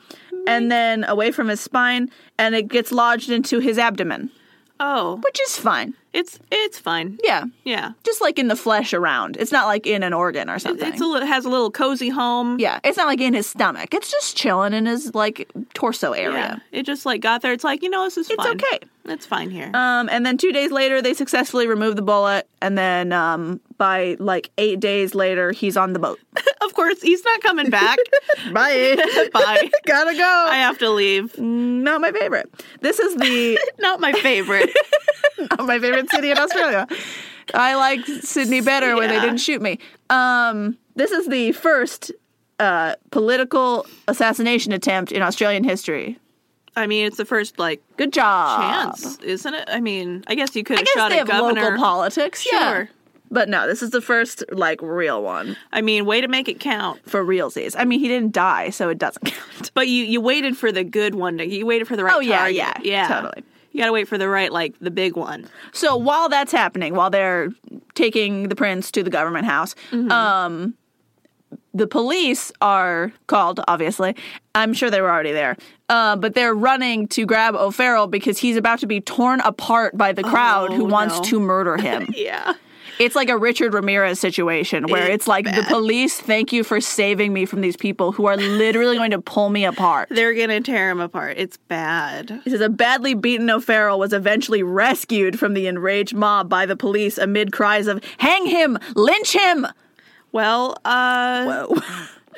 [SPEAKER 1] and then away from his spine, and it gets lodged into his abdomen,
[SPEAKER 2] Oh,
[SPEAKER 1] which is fine.
[SPEAKER 2] it's it's fine.
[SPEAKER 1] Yeah.
[SPEAKER 2] Yeah.
[SPEAKER 1] Just like in the flesh around. It's not like in an organ or something.
[SPEAKER 2] It's a li- has a little cozy home.
[SPEAKER 1] yeah. It's not like in his stomach. It's just chilling in his, like, torso area.
[SPEAKER 2] It just like got there. It's like, you know, this is
[SPEAKER 1] oh It's
[SPEAKER 2] fine.
[SPEAKER 1] okay.
[SPEAKER 2] It's fine here.
[SPEAKER 1] Um, and then two days later, they successfully removed the bullet. And then um, by like eight days later, he's on the boat.
[SPEAKER 2] of course, he's not coming back.
[SPEAKER 1] Bye.
[SPEAKER 2] Bye.
[SPEAKER 1] Gotta go.
[SPEAKER 2] I have to leave.
[SPEAKER 1] Not my favorite. This is the
[SPEAKER 2] Not my favorite.
[SPEAKER 1] not my favorite city in Australia. I liked Sydney better when they
[SPEAKER 2] Yeah.
[SPEAKER 1] didn't shoot me. Um, this is the first uh, political assassination attempt in Australian history.
[SPEAKER 2] I mean, it's the first like
[SPEAKER 1] Good job.
[SPEAKER 2] chance, isn't it? I mean, I guess you could
[SPEAKER 1] I
[SPEAKER 2] have
[SPEAKER 1] guess
[SPEAKER 2] shot
[SPEAKER 1] they
[SPEAKER 2] a
[SPEAKER 1] have
[SPEAKER 2] governor.
[SPEAKER 1] local politics. yeah.
[SPEAKER 2] Sure.
[SPEAKER 1] But no, this is the first like real one.
[SPEAKER 2] I mean, way to make it count.
[SPEAKER 1] for realsies. I mean, he didn't die, so it doesn't count.
[SPEAKER 2] But you you waited for the good one. To, you waited for the right.
[SPEAKER 1] Oh, yeah,
[SPEAKER 2] target.
[SPEAKER 1] yeah,
[SPEAKER 2] yeah.
[SPEAKER 1] totally.
[SPEAKER 2] You gotta wait for the right, like the big one.
[SPEAKER 1] So while that's happening, while they're taking the prince to the government house,
[SPEAKER 2] Mm-hmm.
[SPEAKER 1] um, the police are called. Obviously, I'm sure they were already there, uh, but they're running to grab O'Farrell because he's about to be torn apart by the crowd who
[SPEAKER 2] Oh,
[SPEAKER 1] wants
[SPEAKER 2] no.
[SPEAKER 1] to murder him.
[SPEAKER 2] Yeah.
[SPEAKER 1] it's like a Richard Ramirez situation where it's,
[SPEAKER 2] It's
[SPEAKER 1] like the police, thank you for saving me from these people who are literally going to pull me apart.
[SPEAKER 2] They're gonna tear him apart. It's bad.
[SPEAKER 1] He says a badly beaten O'Farrell was eventually rescued from the enraged mob by the police amid cries of "Hang him! Lynch him!"
[SPEAKER 2] Well, uh,
[SPEAKER 1] Whoa.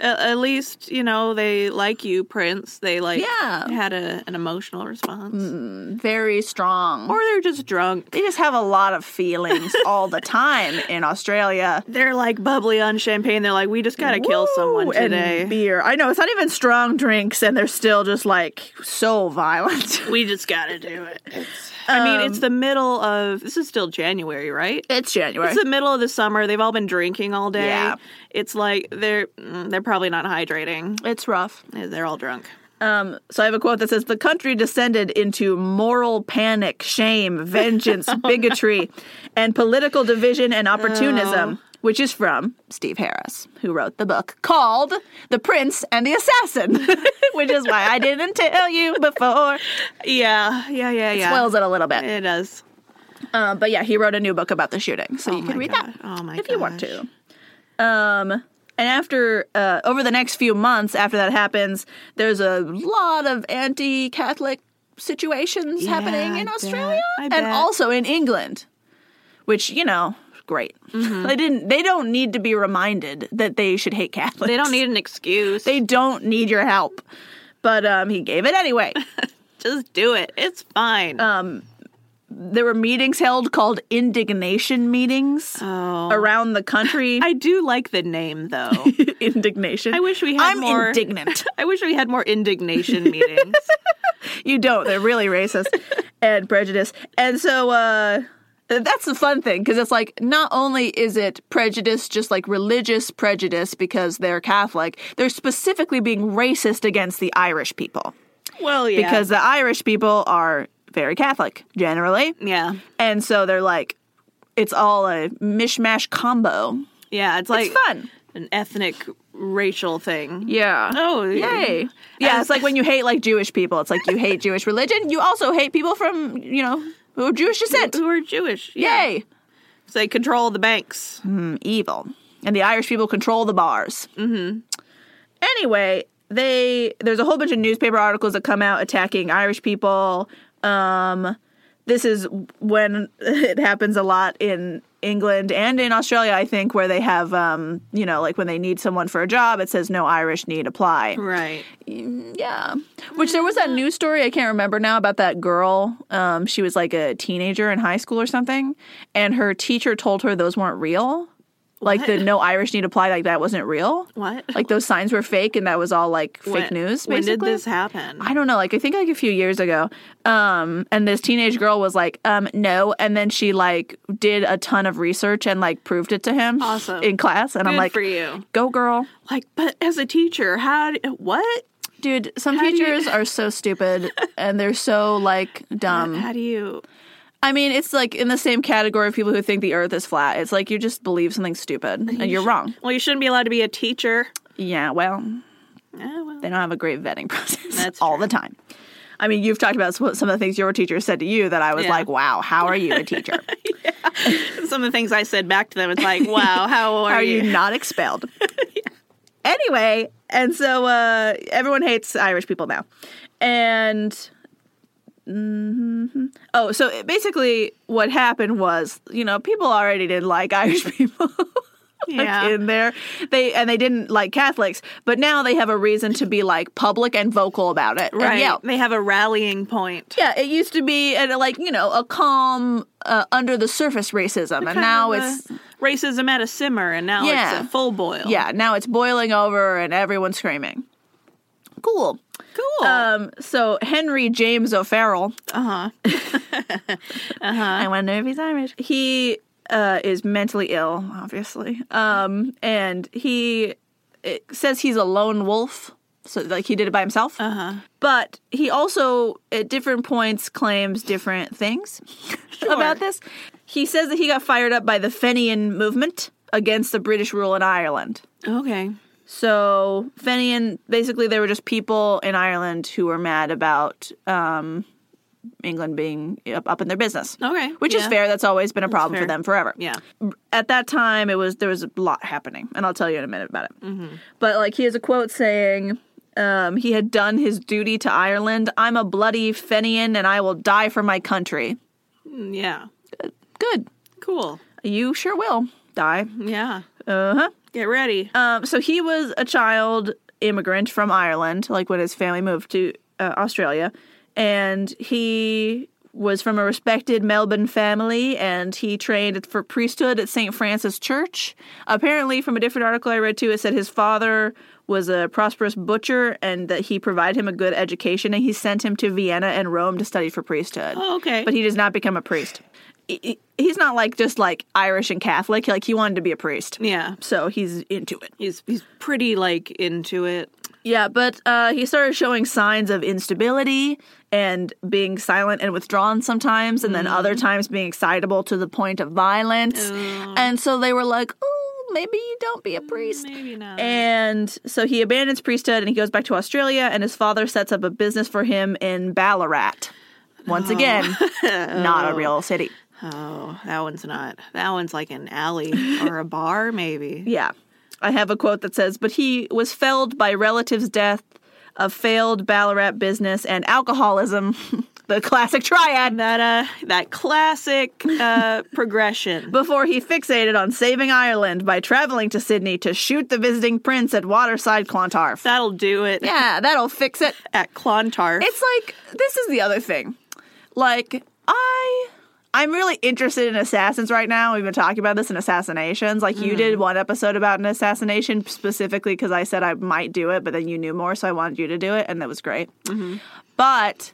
[SPEAKER 2] a- at least you know they like you, Prince. They like
[SPEAKER 1] Yeah.
[SPEAKER 2] had a, an emotional response,
[SPEAKER 1] Very strong.
[SPEAKER 2] or they're just drunk.
[SPEAKER 1] they just have a lot of feelings all the time in Australia.
[SPEAKER 2] They're like bubbly on champagne. They're like, we just gotta kill someone
[SPEAKER 1] Woo! And
[SPEAKER 2] today.
[SPEAKER 1] beer. I know it's not even strong drinks, and they're still just like so violent.
[SPEAKER 2] we just gotta do it. It's- I mean, it's the middle of this is still January, right?
[SPEAKER 1] it's January.
[SPEAKER 2] It's the middle of the summer. They've all been drinking all day.
[SPEAKER 1] Yeah.
[SPEAKER 2] It's like they're mm, they're probably not hydrating.
[SPEAKER 1] it's rough.
[SPEAKER 2] They're all drunk.
[SPEAKER 1] Um, so I have a quote that says, "The country descended into moral panic, shame, vengeance, bigotry, and political division and opportunism." Which is from Steve Harris, who wrote the book called The Prince and the Assassin, which is why I didn't tell you before.
[SPEAKER 2] Yeah, yeah, yeah, yeah.
[SPEAKER 1] Spoils it a little bit.
[SPEAKER 2] it does.
[SPEAKER 1] Um, but yeah, he wrote a new book about the shooting, so you
[SPEAKER 2] Oh
[SPEAKER 1] can
[SPEAKER 2] my
[SPEAKER 1] read
[SPEAKER 2] God.
[SPEAKER 1] that
[SPEAKER 2] Oh my
[SPEAKER 1] if you want
[SPEAKER 2] gosh.
[SPEAKER 1] to. Um, and after uh, over the next few months after that happens, there's a lot of anti-Catholic situations
[SPEAKER 2] Yeah,
[SPEAKER 1] happening
[SPEAKER 2] I
[SPEAKER 1] in
[SPEAKER 2] bet.
[SPEAKER 1] Australia
[SPEAKER 2] I
[SPEAKER 1] and
[SPEAKER 2] bet.
[SPEAKER 1] also in England, which you know, great. They didn't. They don't need to be reminded that they should hate Catholics.
[SPEAKER 2] Mm-hmm. They don't need an excuse.
[SPEAKER 1] They don't need your help. But um, he gave it anyway.
[SPEAKER 2] just do it. It's fine.
[SPEAKER 1] Um. there were meetings held called indignation meetings
[SPEAKER 2] oh.
[SPEAKER 1] around the country.
[SPEAKER 2] I do like the name though.
[SPEAKER 1] indignation.
[SPEAKER 2] I wish we had
[SPEAKER 1] I'm
[SPEAKER 2] more-
[SPEAKER 1] indignant.
[SPEAKER 2] I wish we had more indignation meetings.
[SPEAKER 1] you don't. They're really racist and prejudice. And so uh that's the fun thing because it's like not only is it prejudice, just like religious prejudice because they're Catholic, they're specifically being racist against the Irish people
[SPEAKER 2] well, yeah.
[SPEAKER 1] because the Irish people are very Catholic generally.
[SPEAKER 2] yeah.
[SPEAKER 1] And so they're like, it's all a mishmash combo.
[SPEAKER 2] Yeah, it's like
[SPEAKER 1] It's fun.
[SPEAKER 2] an ethnic racial thing.
[SPEAKER 1] Yeah.
[SPEAKER 2] Oh,
[SPEAKER 1] Yay.
[SPEAKER 2] yeah.
[SPEAKER 1] Yeah,
[SPEAKER 2] And-
[SPEAKER 1] it's like when you hate like Jewish people. It's like you hate Jewish religion. You also hate people from, you know, who are Jewish descent.
[SPEAKER 2] Who are Jewish. Yeah.
[SPEAKER 1] Yay.
[SPEAKER 2] So they control the banks.
[SPEAKER 1] Mm, evil. And the Irish people control the bars. Mm-hmm. Anyway, they there's a whole bunch of newspaper articles that come out attacking Irish people. Um, this is when it happens a lot in England and in Australia, I think, where they have, um, you know, like when they need someone for a job, it says no Irish need apply.
[SPEAKER 2] Right.
[SPEAKER 1] Yeah. Which there was
[SPEAKER 2] Mm.
[SPEAKER 1] that news story, I can't remember now, about that girl. Um, she was like a teenager in high school or something, and her teacher told her those weren't real. Like the no Irish need apply, like that wasn't real.
[SPEAKER 2] What?
[SPEAKER 1] Like those signs were fake, and that was all like fake
[SPEAKER 2] When-
[SPEAKER 1] news. Basically.
[SPEAKER 2] When did this happen?
[SPEAKER 1] I don't know, like I think like a few years ago. Um, and this teenage girl was like, um, no, and then she like did a ton of research and like proved it to him
[SPEAKER 2] Awesome.
[SPEAKER 1] in class. And I'm
[SPEAKER 2] Good
[SPEAKER 1] like,
[SPEAKER 2] for you.
[SPEAKER 1] go girl.
[SPEAKER 2] Like, but as a teacher, how? d- What?
[SPEAKER 1] Dude, some
[SPEAKER 2] do you-
[SPEAKER 1] teachers are so stupid and they're so like dumb.
[SPEAKER 2] How do you?
[SPEAKER 1] I mean, it's like in the same category of people who think the earth is flat. It's like you just believe something stupid and you're wrong.
[SPEAKER 2] Well, you shouldn't be allowed to be a teacher.
[SPEAKER 1] Yeah, well,
[SPEAKER 2] Oh, well.
[SPEAKER 1] they don't have a great vetting process
[SPEAKER 2] That's
[SPEAKER 1] all the time. I mean, you've talked about sw- some of the things your teacher said to you that I was
[SPEAKER 2] Yeah.
[SPEAKER 1] like, wow, how are you a teacher?
[SPEAKER 2] Some of the things I said back to them, it's like, wow, how are,
[SPEAKER 1] are you not expelled? Anyway, and so uh, everyone hates Irish people now. And mhm. oh, so basically, what happened was, you know, people already didn't like Irish people. like,
[SPEAKER 2] Yeah.
[SPEAKER 1] in there they and they didn't like catholics but now they have a reason to be like public and vocal about it and
[SPEAKER 2] right.
[SPEAKER 1] yell.
[SPEAKER 2] They have a rallying point.
[SPEAKER 1] Yeah, it used to be at a, like you know a calm uh, under the surface racism, and
[SPEAKER 2] Kind
[SPEAKER 1] now
[SPEAKER 2] of a-
[SPEAKER 1] it's
[SPEAKER 2] racism at a simmer, and now
[SPEAKER 1] Yeah.
[SPEAKER 2] it's a full boil.
[SPEAKER 1] yeah now it's boiling over and everyone's screaming. Cool.
[SPEAKER 2] cool.
[SPEAKER 1] Um. So Henry James O'Farrell. Uh huh. uh huh. I want to know if he's Irish. He uh, is mentally ill, obviously. Um, and he it says he's a lone wolf. So like he did it by himself. Uh huh.
[SPEAKER 2] Uh-huh.
[SPEAKER 1] But he also at different points claims different things about this. He says that he got fired up by the Fenian movement against the British rule in Ireland.
[SPEAKER 2] okay.
[SPEAKER 1] So Fenian, basically, they were just people in Ireland who were mad about um, England being up, up in their business.
[SPEAKER 2] Okay.
[SPEAKER 1] Which is
[SPEAKER 2] Yeah.
[SPEAKER 1] fair. That's always been a problem for
[SPEAKER 2] fair.
[SPEAKER 1] them forever.
[SPEAKER 2] Yeah.
[SPEAKER 1] At that time, it was there was a lot happening, and I'll tell you in a minute about it.
[SPEAKER 2] Mm-hmm.
[SPEAKER 1] But like, he has a quote saying. Um, he had done his duty to Ireland. I'm a bloody Fenian and I will die for my country.
[SPEAKER 2] Mm, Yeah.
[SPEAKER 1] Good.
[SPEAKER 2] Cool.
[SPEAKER 1] You sure will die.
[SPEAKER 2] Yeah.
[SPEAKER 1] Uh huh.
[SPEAKER 2] Get ready.
[SPEAKER 1] Um, so he was a child immigrant from Ireland, like when his family moved to uh, Australia, and he was from a respected Melbourne family, and he trained for priesthood at St. Francis Church. Apparently, from a different article I read too, it said his father was a prosperous butcher and that he provided him a good education, and he sent him to Vienna and Rome to study for priesthood.
[SPEAKER 2] Oh, okay.
[SPEAKER 1] But he does not become a priest. He- he- He's not like just like Irish and Catholic. Like he wanted to be a priest.
[SPEAKER 2] yeah.
[SPEAKER 1] So he's into it.
[SPEAKER 2] He's he's pretty like into it.
[SPEAKER 1] Yeah, but uh, he started showing signs of instability and being silent and withdrawn sometimes, and then other times being excitable to the point of violence. And so they were like, oh, maybe you don't be a priest.
[SPEAKER 2] Maybe not.
[SPEAKER 1] And so he abandons priesthood and he goes back to Australia, and his father sets up a business for him in Ballarat. Once again, not a real city.
[SPEAKER 2] oh, that one's not. That one's like an alley or a bar, maybe.
[SPEAKER 1] Yeah. I have a quote that says, but he was felled by relatives' death, a failed Ballarat business, and alcoholism, the classic triad,
[SPEAKER 2] That uh, that classic uh progression.
[SPEAKER 1] before he fixated on saving Ireland by traveling to Sydney to shoot the visiting prince at Waterside Clontarf.
[SPEAKER 2] That'll do it.
[SPEAKER 1] Yeah, that'll fix it.
[SPEAKER 2] At Clontarf.
[SPEAKER 1] It's like, this is the other thing. Like, I. I'm really interested in assassins right now. We've been talking about this in assassinations. Like you did one episode about an assassination specifically because I said I might do it, but then you knew more, so I wanted you to do it, and that was great. But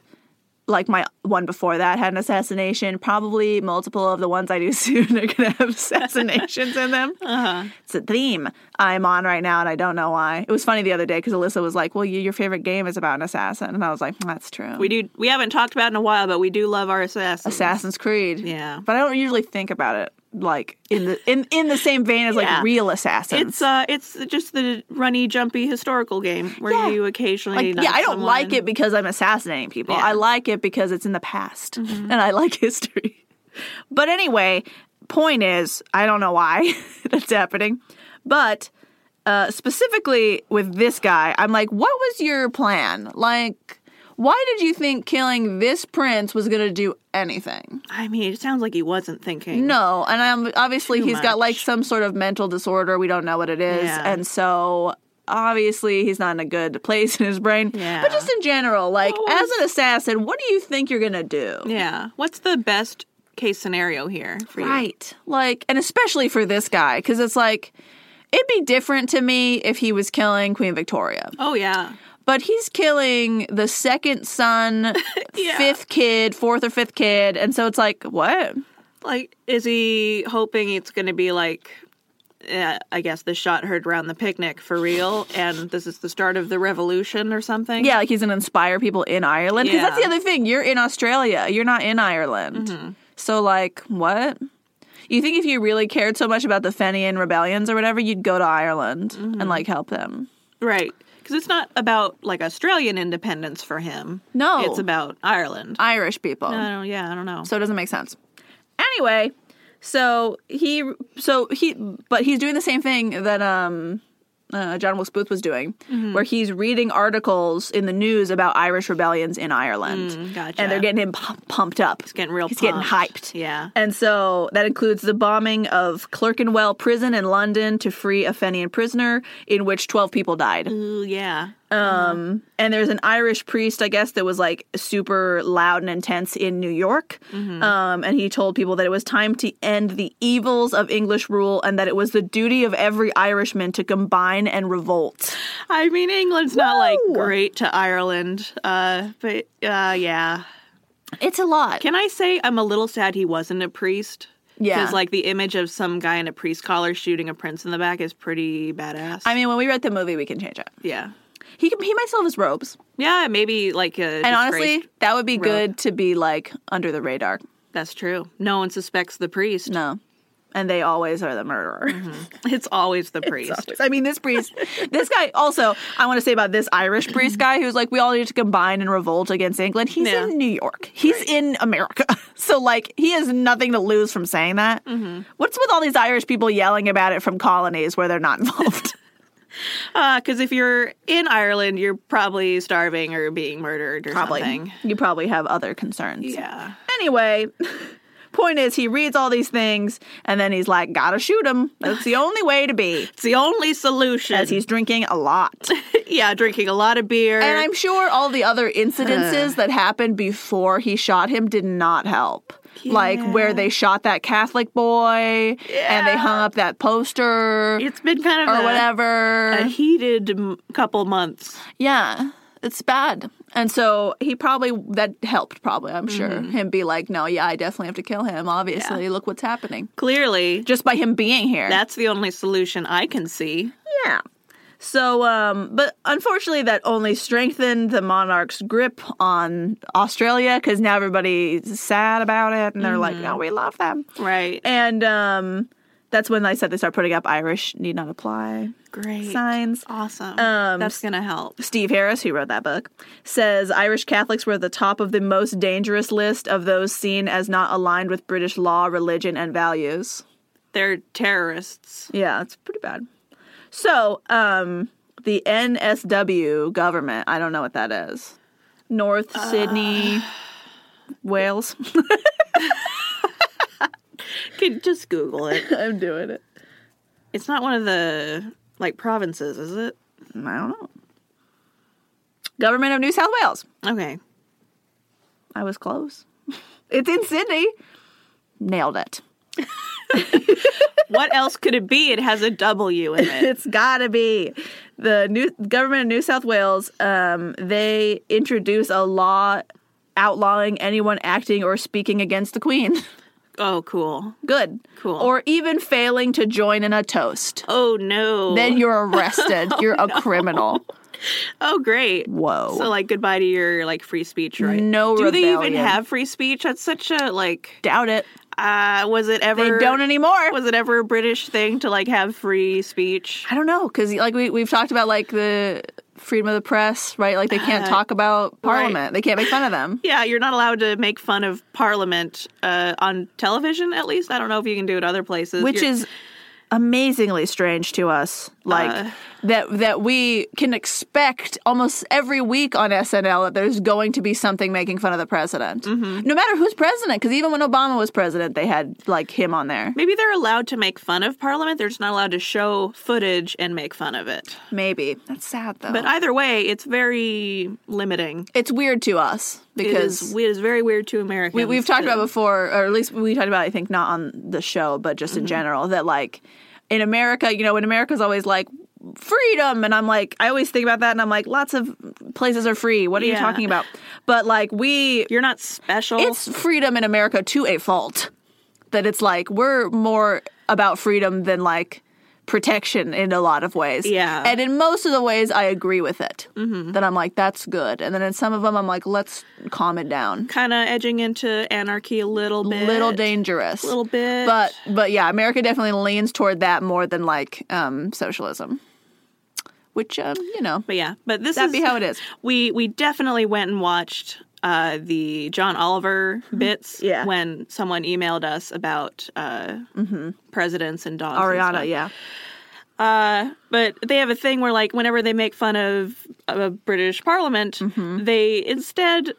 [SPEAKER 1] like my one before that had an assassination. Probably multiple of the ones I do soon are gonna have assassinations in them.
[SPEAKER 2] Uh-huh.
[SPEAKER 1] It's a theme I'm on right now, and I don't know why. It was funny the other day because Alyssa was like, "Well, you, your favorite game is about an assassin," and I was like, "Mm, "That's true."
[SPEAKER 2] we do we haven't talked about it in a while, but we do love our assassins.
[SPEAKER 1] Assassin's Creed.
[SPEAKER 2] Yeah.
[SPEAKER 1] But I don't usually think about it like in the in, in the same vein as
[SPEAKER 2] Yeah.
[SPEAKER 1] like real assassins.
[SPEAKER 2] It's uh, it's just the runny, jumpy historical game where
[SPEAKER 1] Yeah.
[SPEAKER 2] you occasionally.
[SPEAKER 1] like, yeah,
[SPEAKER 2] knock
[SPEAKER 1] I don't like
[SPEAKER 2] someone.
[SPEAKER 1] it because I'm assassinating people.
[SPEAKER 2] Yeah. Mm-hmm.
[SPEAKER 1] I like it because it's in the past and I like history. But anyway, point is, I don't know why that's happening, but uh, specifically with this guy, I'm like, what was your plan? Like, why did you think killing this prince was going to do anything?
[SPEAKER 2] I mean, it sounds like he wasn't thinking.
[SPEAKER 1] No, and I'm obviously
[SPEAKER 2] Too
[SPEAKER 1] he's got like
[SPEAKER 2] much.
[SPEAKER 1] some sort of mental disorder. We don't know what it is,
[SPEAKER 2] Yeah.
[SPEAKER 1] and so obviously he's not in a good place in his brain.
[SPEAKER 2] Yeah.
[SPEAKER 1] But just in general, like
[SPEAKER 2] Well,
[SPEAKER 1] as an assassin, what do you think you're gonna do?
[SPEAKER 2] Yeah. What's the best case scenario here for you?
[SPEAKER 1] Right, like, and especially for this guy, because it's like it'd be different to me if he was killing Queen Victoria,
[SPEAKER 2] Oh yeah.
[SPEAKER 1] but he's killing the second son,
[SPEAKER 2] Yeah.
[SPEAKER 1] fifth kid, fourth or fifth kid, and so it's like what?
[SPEAKER 2] Like, is he hoping it's going to be like? Uh, I guess the shot heard round the picnic for real, and this is the start of the revolution or something.
[SPEAKER 1] Yeah, like he's gonna inspire people in Ireland. Because that's the
[SPEAKER 2] Yeah. Mm-hmm.
[SPEAKER 1] other thing. You're in Australia. You're not in Ireland. So like what? You think if you really cared so much about the Fenian rebellions or whatever, you'd go to Ireland
[SPEAKER 2] Mm-hmm.
[SPEAKER 1] and like help them.
[SPEAKER 2] Right. Because it's not about like Australian independence for him.
[SPEAKER 1] No. Um,
[SPEAKER 2] It's about Ireland.
[SPEAKER 1] Irish people.
[SPEAKER 2] I don't. Yeah, I don't know.
[SPEAKER 1] So it doesn't make sense. Anyway, so he so he but he's doing the same thing that um uh, John Wilkes Booth was doing,
[SPEAKER 2] Mm-hmm.
[SPEAKER 1] where he's reading articles in the news about Irish rebellions in Ireland,
[SPEAKER 2] Mm,
[SPEAKER 1] and
[SPEAKER 2] gotcha.
[SPEAKER 1] they're getting him pu- pumped up.
[SPEAKER 2] He's getting real.
[SPEAKER 1] He's getting hyped.
[SPEAKER 2] pumped. Yeah.
[SPEAKER 1] And so that includes the bombing of Clerkenwell Prison in London to free a Fenian prisoner, in which 12 people died.
[SPEAKER 2] Ooh, yeah.
[SPEAKER 1] Um, and there's an Irish priest, I guess, that was like super loud and intense in New York. Um, and he told people that it was time to end the evils of English rule and that it was the duty of every Irishman to combine and revolt.
[SPEAKER 2] I mean, England's not like
[SPEAKER 1] Woo!
[SPEAKER 2] great to Ireland, uh, but uh, yeah.
[SPEAKER 1] It's a lot.
[SPEAKER 2] Can I say I'm a little sad he wasn't a priest?
[SPEAKER 1] Yeah.
[SPEAKER 2] Because like the image of some guy in a priest collar shooting a prince in the back is pretty badass.
[SPEAKER 1] I mean, when we write the movie, we can change it.
[SPEAKER 2] yeah,
[SPEAKER 1] He, can, he might still have his robes.
[SPEAKER 2] yeah, maybe like a
[SPEAKER 1] And honestly,
[SPEAKER 2] disgraced-
[SPEAKER 1] that would be
[SPEAKER 2] robe.
[SPEAKER 1] good to be like under the radar.
[SPEAKER 2] that's true. No one suspects the priest.
[SPEAKER 1] No. And they always are the murderer.
[SPEAKER 2] It's always the priest.
[SPEAKER 1] Mm-hmm. I mean, this priest, Mm-hmm. this guy also, I want to say about this Irish priest guy who's like, we all need to combine and revolt against England. He's
[SPEAKER 2] Yeah.
[SPEAKER 1] in New York, he's in America. So, like, he has nothing to lose from saying that. What's with all these Irish people yelling about it from colonies where they're not involved?
[SPEAKER 2] Because Uh, if you're in Ireland, you're probably starving or being murdered or
[SPEAKER 1] probably.
[SPEAKER 2] something.
[SPEAKER 1] You probably have other concerns.
[SPEAKER 2] Yeah.
[SPEAKER 1] Anyway, point is, he reads all these things and then he's like, gotta shoot him. That's the only way to be.
[SPEAKER 2] It's the only solution.
[SPEAKER 1] As he's drinking a lot.
[SPEAKER 2] yeah, drinking a lot of beer.
[SPEAKER 1] And I'm sure all the other incidences that happened before he shot him did not help. Like where they shot that Catholic boy and they hung up that poster
[SPEAKER 2] it's been kind of
[SPEAKER 1] or
[SPEAKER 2] a,
[SPEAKER 1] whatever.
[SPEAKER 2] a heated m- couple months.
[SPEAKER 1] Yeah, it's bad. And so he probably that helped probably, I'm sure. Him be like, "No, yeah, I definitely have to kill him. Obviously, look what's happening."
[SPEAKER 2] Clearly,
[SPEAKER 1] Just by him being here.
[SPEAKER 2] that's the only solution I can see.
[SPEAKER 1] yeah. So um but unfortunately that only strengthened the monarch's grip on Australia cuz now everybody's sad about it and they're like, "No, we love them."
[SPEAKER 2] Right.
[SPEAKER 1] And um that's when I said they start putting up Irish need not apply
[SPEAKER 2] Great.
[SPEAKER 1] signs.
[SPEAKER 2] Awesome.
[SPEAKER 1] Um,
[SPEAKER 2] That's gonna help.
[SPEAKER 1] Steve Harris, who wrote that book, says Irish Catholics were at the top of the most dangerous list of those seen as not aligned with British law, religion, and values.
[SPEAKER 2] They're terrorists.
[SPEAKER 1] Yeah, it's pretty bad. So, um, the NSW government, I don't know what that is. North Sydney, Wales.
[SPEAKER 2] Could just Google it.
[SPEAKER 1] I'm doing it.
[SPEAKER 2] It's not one of the like provinces, is it?
[SPEAKER 1] I don't know. Government of New South Wales.
[SPEAKER 2] Okay.
[SPEAKER 1] I was close. it's in Sydney. Nailed it.
[SPEAKER 2] What else could it be? It has a W in it.
[SPEAKER 1] it's gotta be the new government of New South Wales. Um, they introduce a law outlawing anyone acting or speaking against the Queen.
[SPEAKER 2] Oh, cool.
[SPEAKER 1] Good,
[SPEAKER 2] Cool.
[SPEAKER 1] or even failing to join in a toast.
[SPEAKER 2] Oh no.
[SPEAKER 1] Then you're arrested. You're a criminal.
[SPEAKER 2] oh great.
[SPEAKER 1] Whoa.
[SPEAKER 2] So like goodbye to your like free speech right.
[SPEAKER 1] No
[SPEAKER 2] Do they even
[SPEAKER 1] rebellion.
[SPEAKER 2] have free speech? That's such a like
[SPEAKER 1] Doubt it.
[SPEAKER 2] uh was it ever
[SPEAKER 1] They don't anymore.
[SPEAKER 2] was it ever a British thing to like have free speech?
[SPEAKER 1] I don't know because like we we've talked about like the freedom of the press, right? Like they can't
[SPEAKER 2] Uh,
[SPEAKER 1] talk about Parliament. They can't make fun of them.
[SPEAKER 2] Yeah, you're not allowed to make fun of Parliament uh, on television, at least. I don't know if you can do it other places.
[SPEAKER 1] which
[SPEAKER 2] You're-
[SPEAKER 1] is amazingly strange to us like
[SPEAKER 2] Uh.
[SPEAKER 1] that that we can expect almost every week on SNL that there's going to be something making fun of the president
[SPEAKER 2] Mm-hmm.
[SPEAKER 1] no matter who's president cuz even when Obama was president they had like him on there
[SPEAKER 2] maybe they're allowed to make fun of Parliament. They're just not allowed to show footage and make fun of it.
[SPEAKER 1] maybe that's sad though
[SPEAKER 2] But uh, either way, it's very limiting.
[SPEAKER 1] it's weird to us
[SPEAKER 2] Because
[SPEAKER 1] because
[SPEAKER 2] it is, it is very weird to Americans.
[SPEAKER 1] we, we've talked
[SPEAKER 2] to-
[SPEAKER 1] about before, or at least we talked about, I think, not on the show, but just in
[SPEAKER 2] Mm-hmm.
[SPEAKER 1] general, that like in America, you know, when America's always like freedom, and I'm like, I always think about that, and I'm like, lots of places are free. What are you
[SPEAKER 2] Yeah.
[SPEAKER 1] talking about? But like, we,
[SPEAKER 2] You're not special.
[SPEAKER 1] it's freedom in America to a fault. That it's like we're more about freedom than like protection in a lot of ways.
[SPEAKER 2] Yeah.
[SPEAKER 1] And in most of the ways, I agree with it. Mm-hmm. That I'm like, that's good. And then in some of them, I'm like, let's calm it down.
[SPEAKER 2] kind of edging into anarchy a little bit.
[SPEAKER 1] Little dangerous
[SPEAKER 2] little bit.
[SPEAKER 1] but but yeah, America definitely leans toward that more than like um, socialism, which um, you know
[SPEAKER 2] But yeah, but this
[SPEAKER 1] that'd
[SPEAKER 2] is
[SPEAKER 1] be how it is.
[SPEAKER 2] we we definitely went and watched uh, the John Oliver bits
[SPEAKER 1] Mm-hmm. Yeah.
[SPEAKER 2] when someone emailed us about uh, presidents and dogs. and stuff.
[SPEAKER 1] Mm-hmm. Ariana, yeah,
[SPEAKER 2] Uh, but they have a thing where like whenever they make fun of a British Parliament,
[SPEAKER 1] Mm-hmm.
[SPEAKER 2] they instead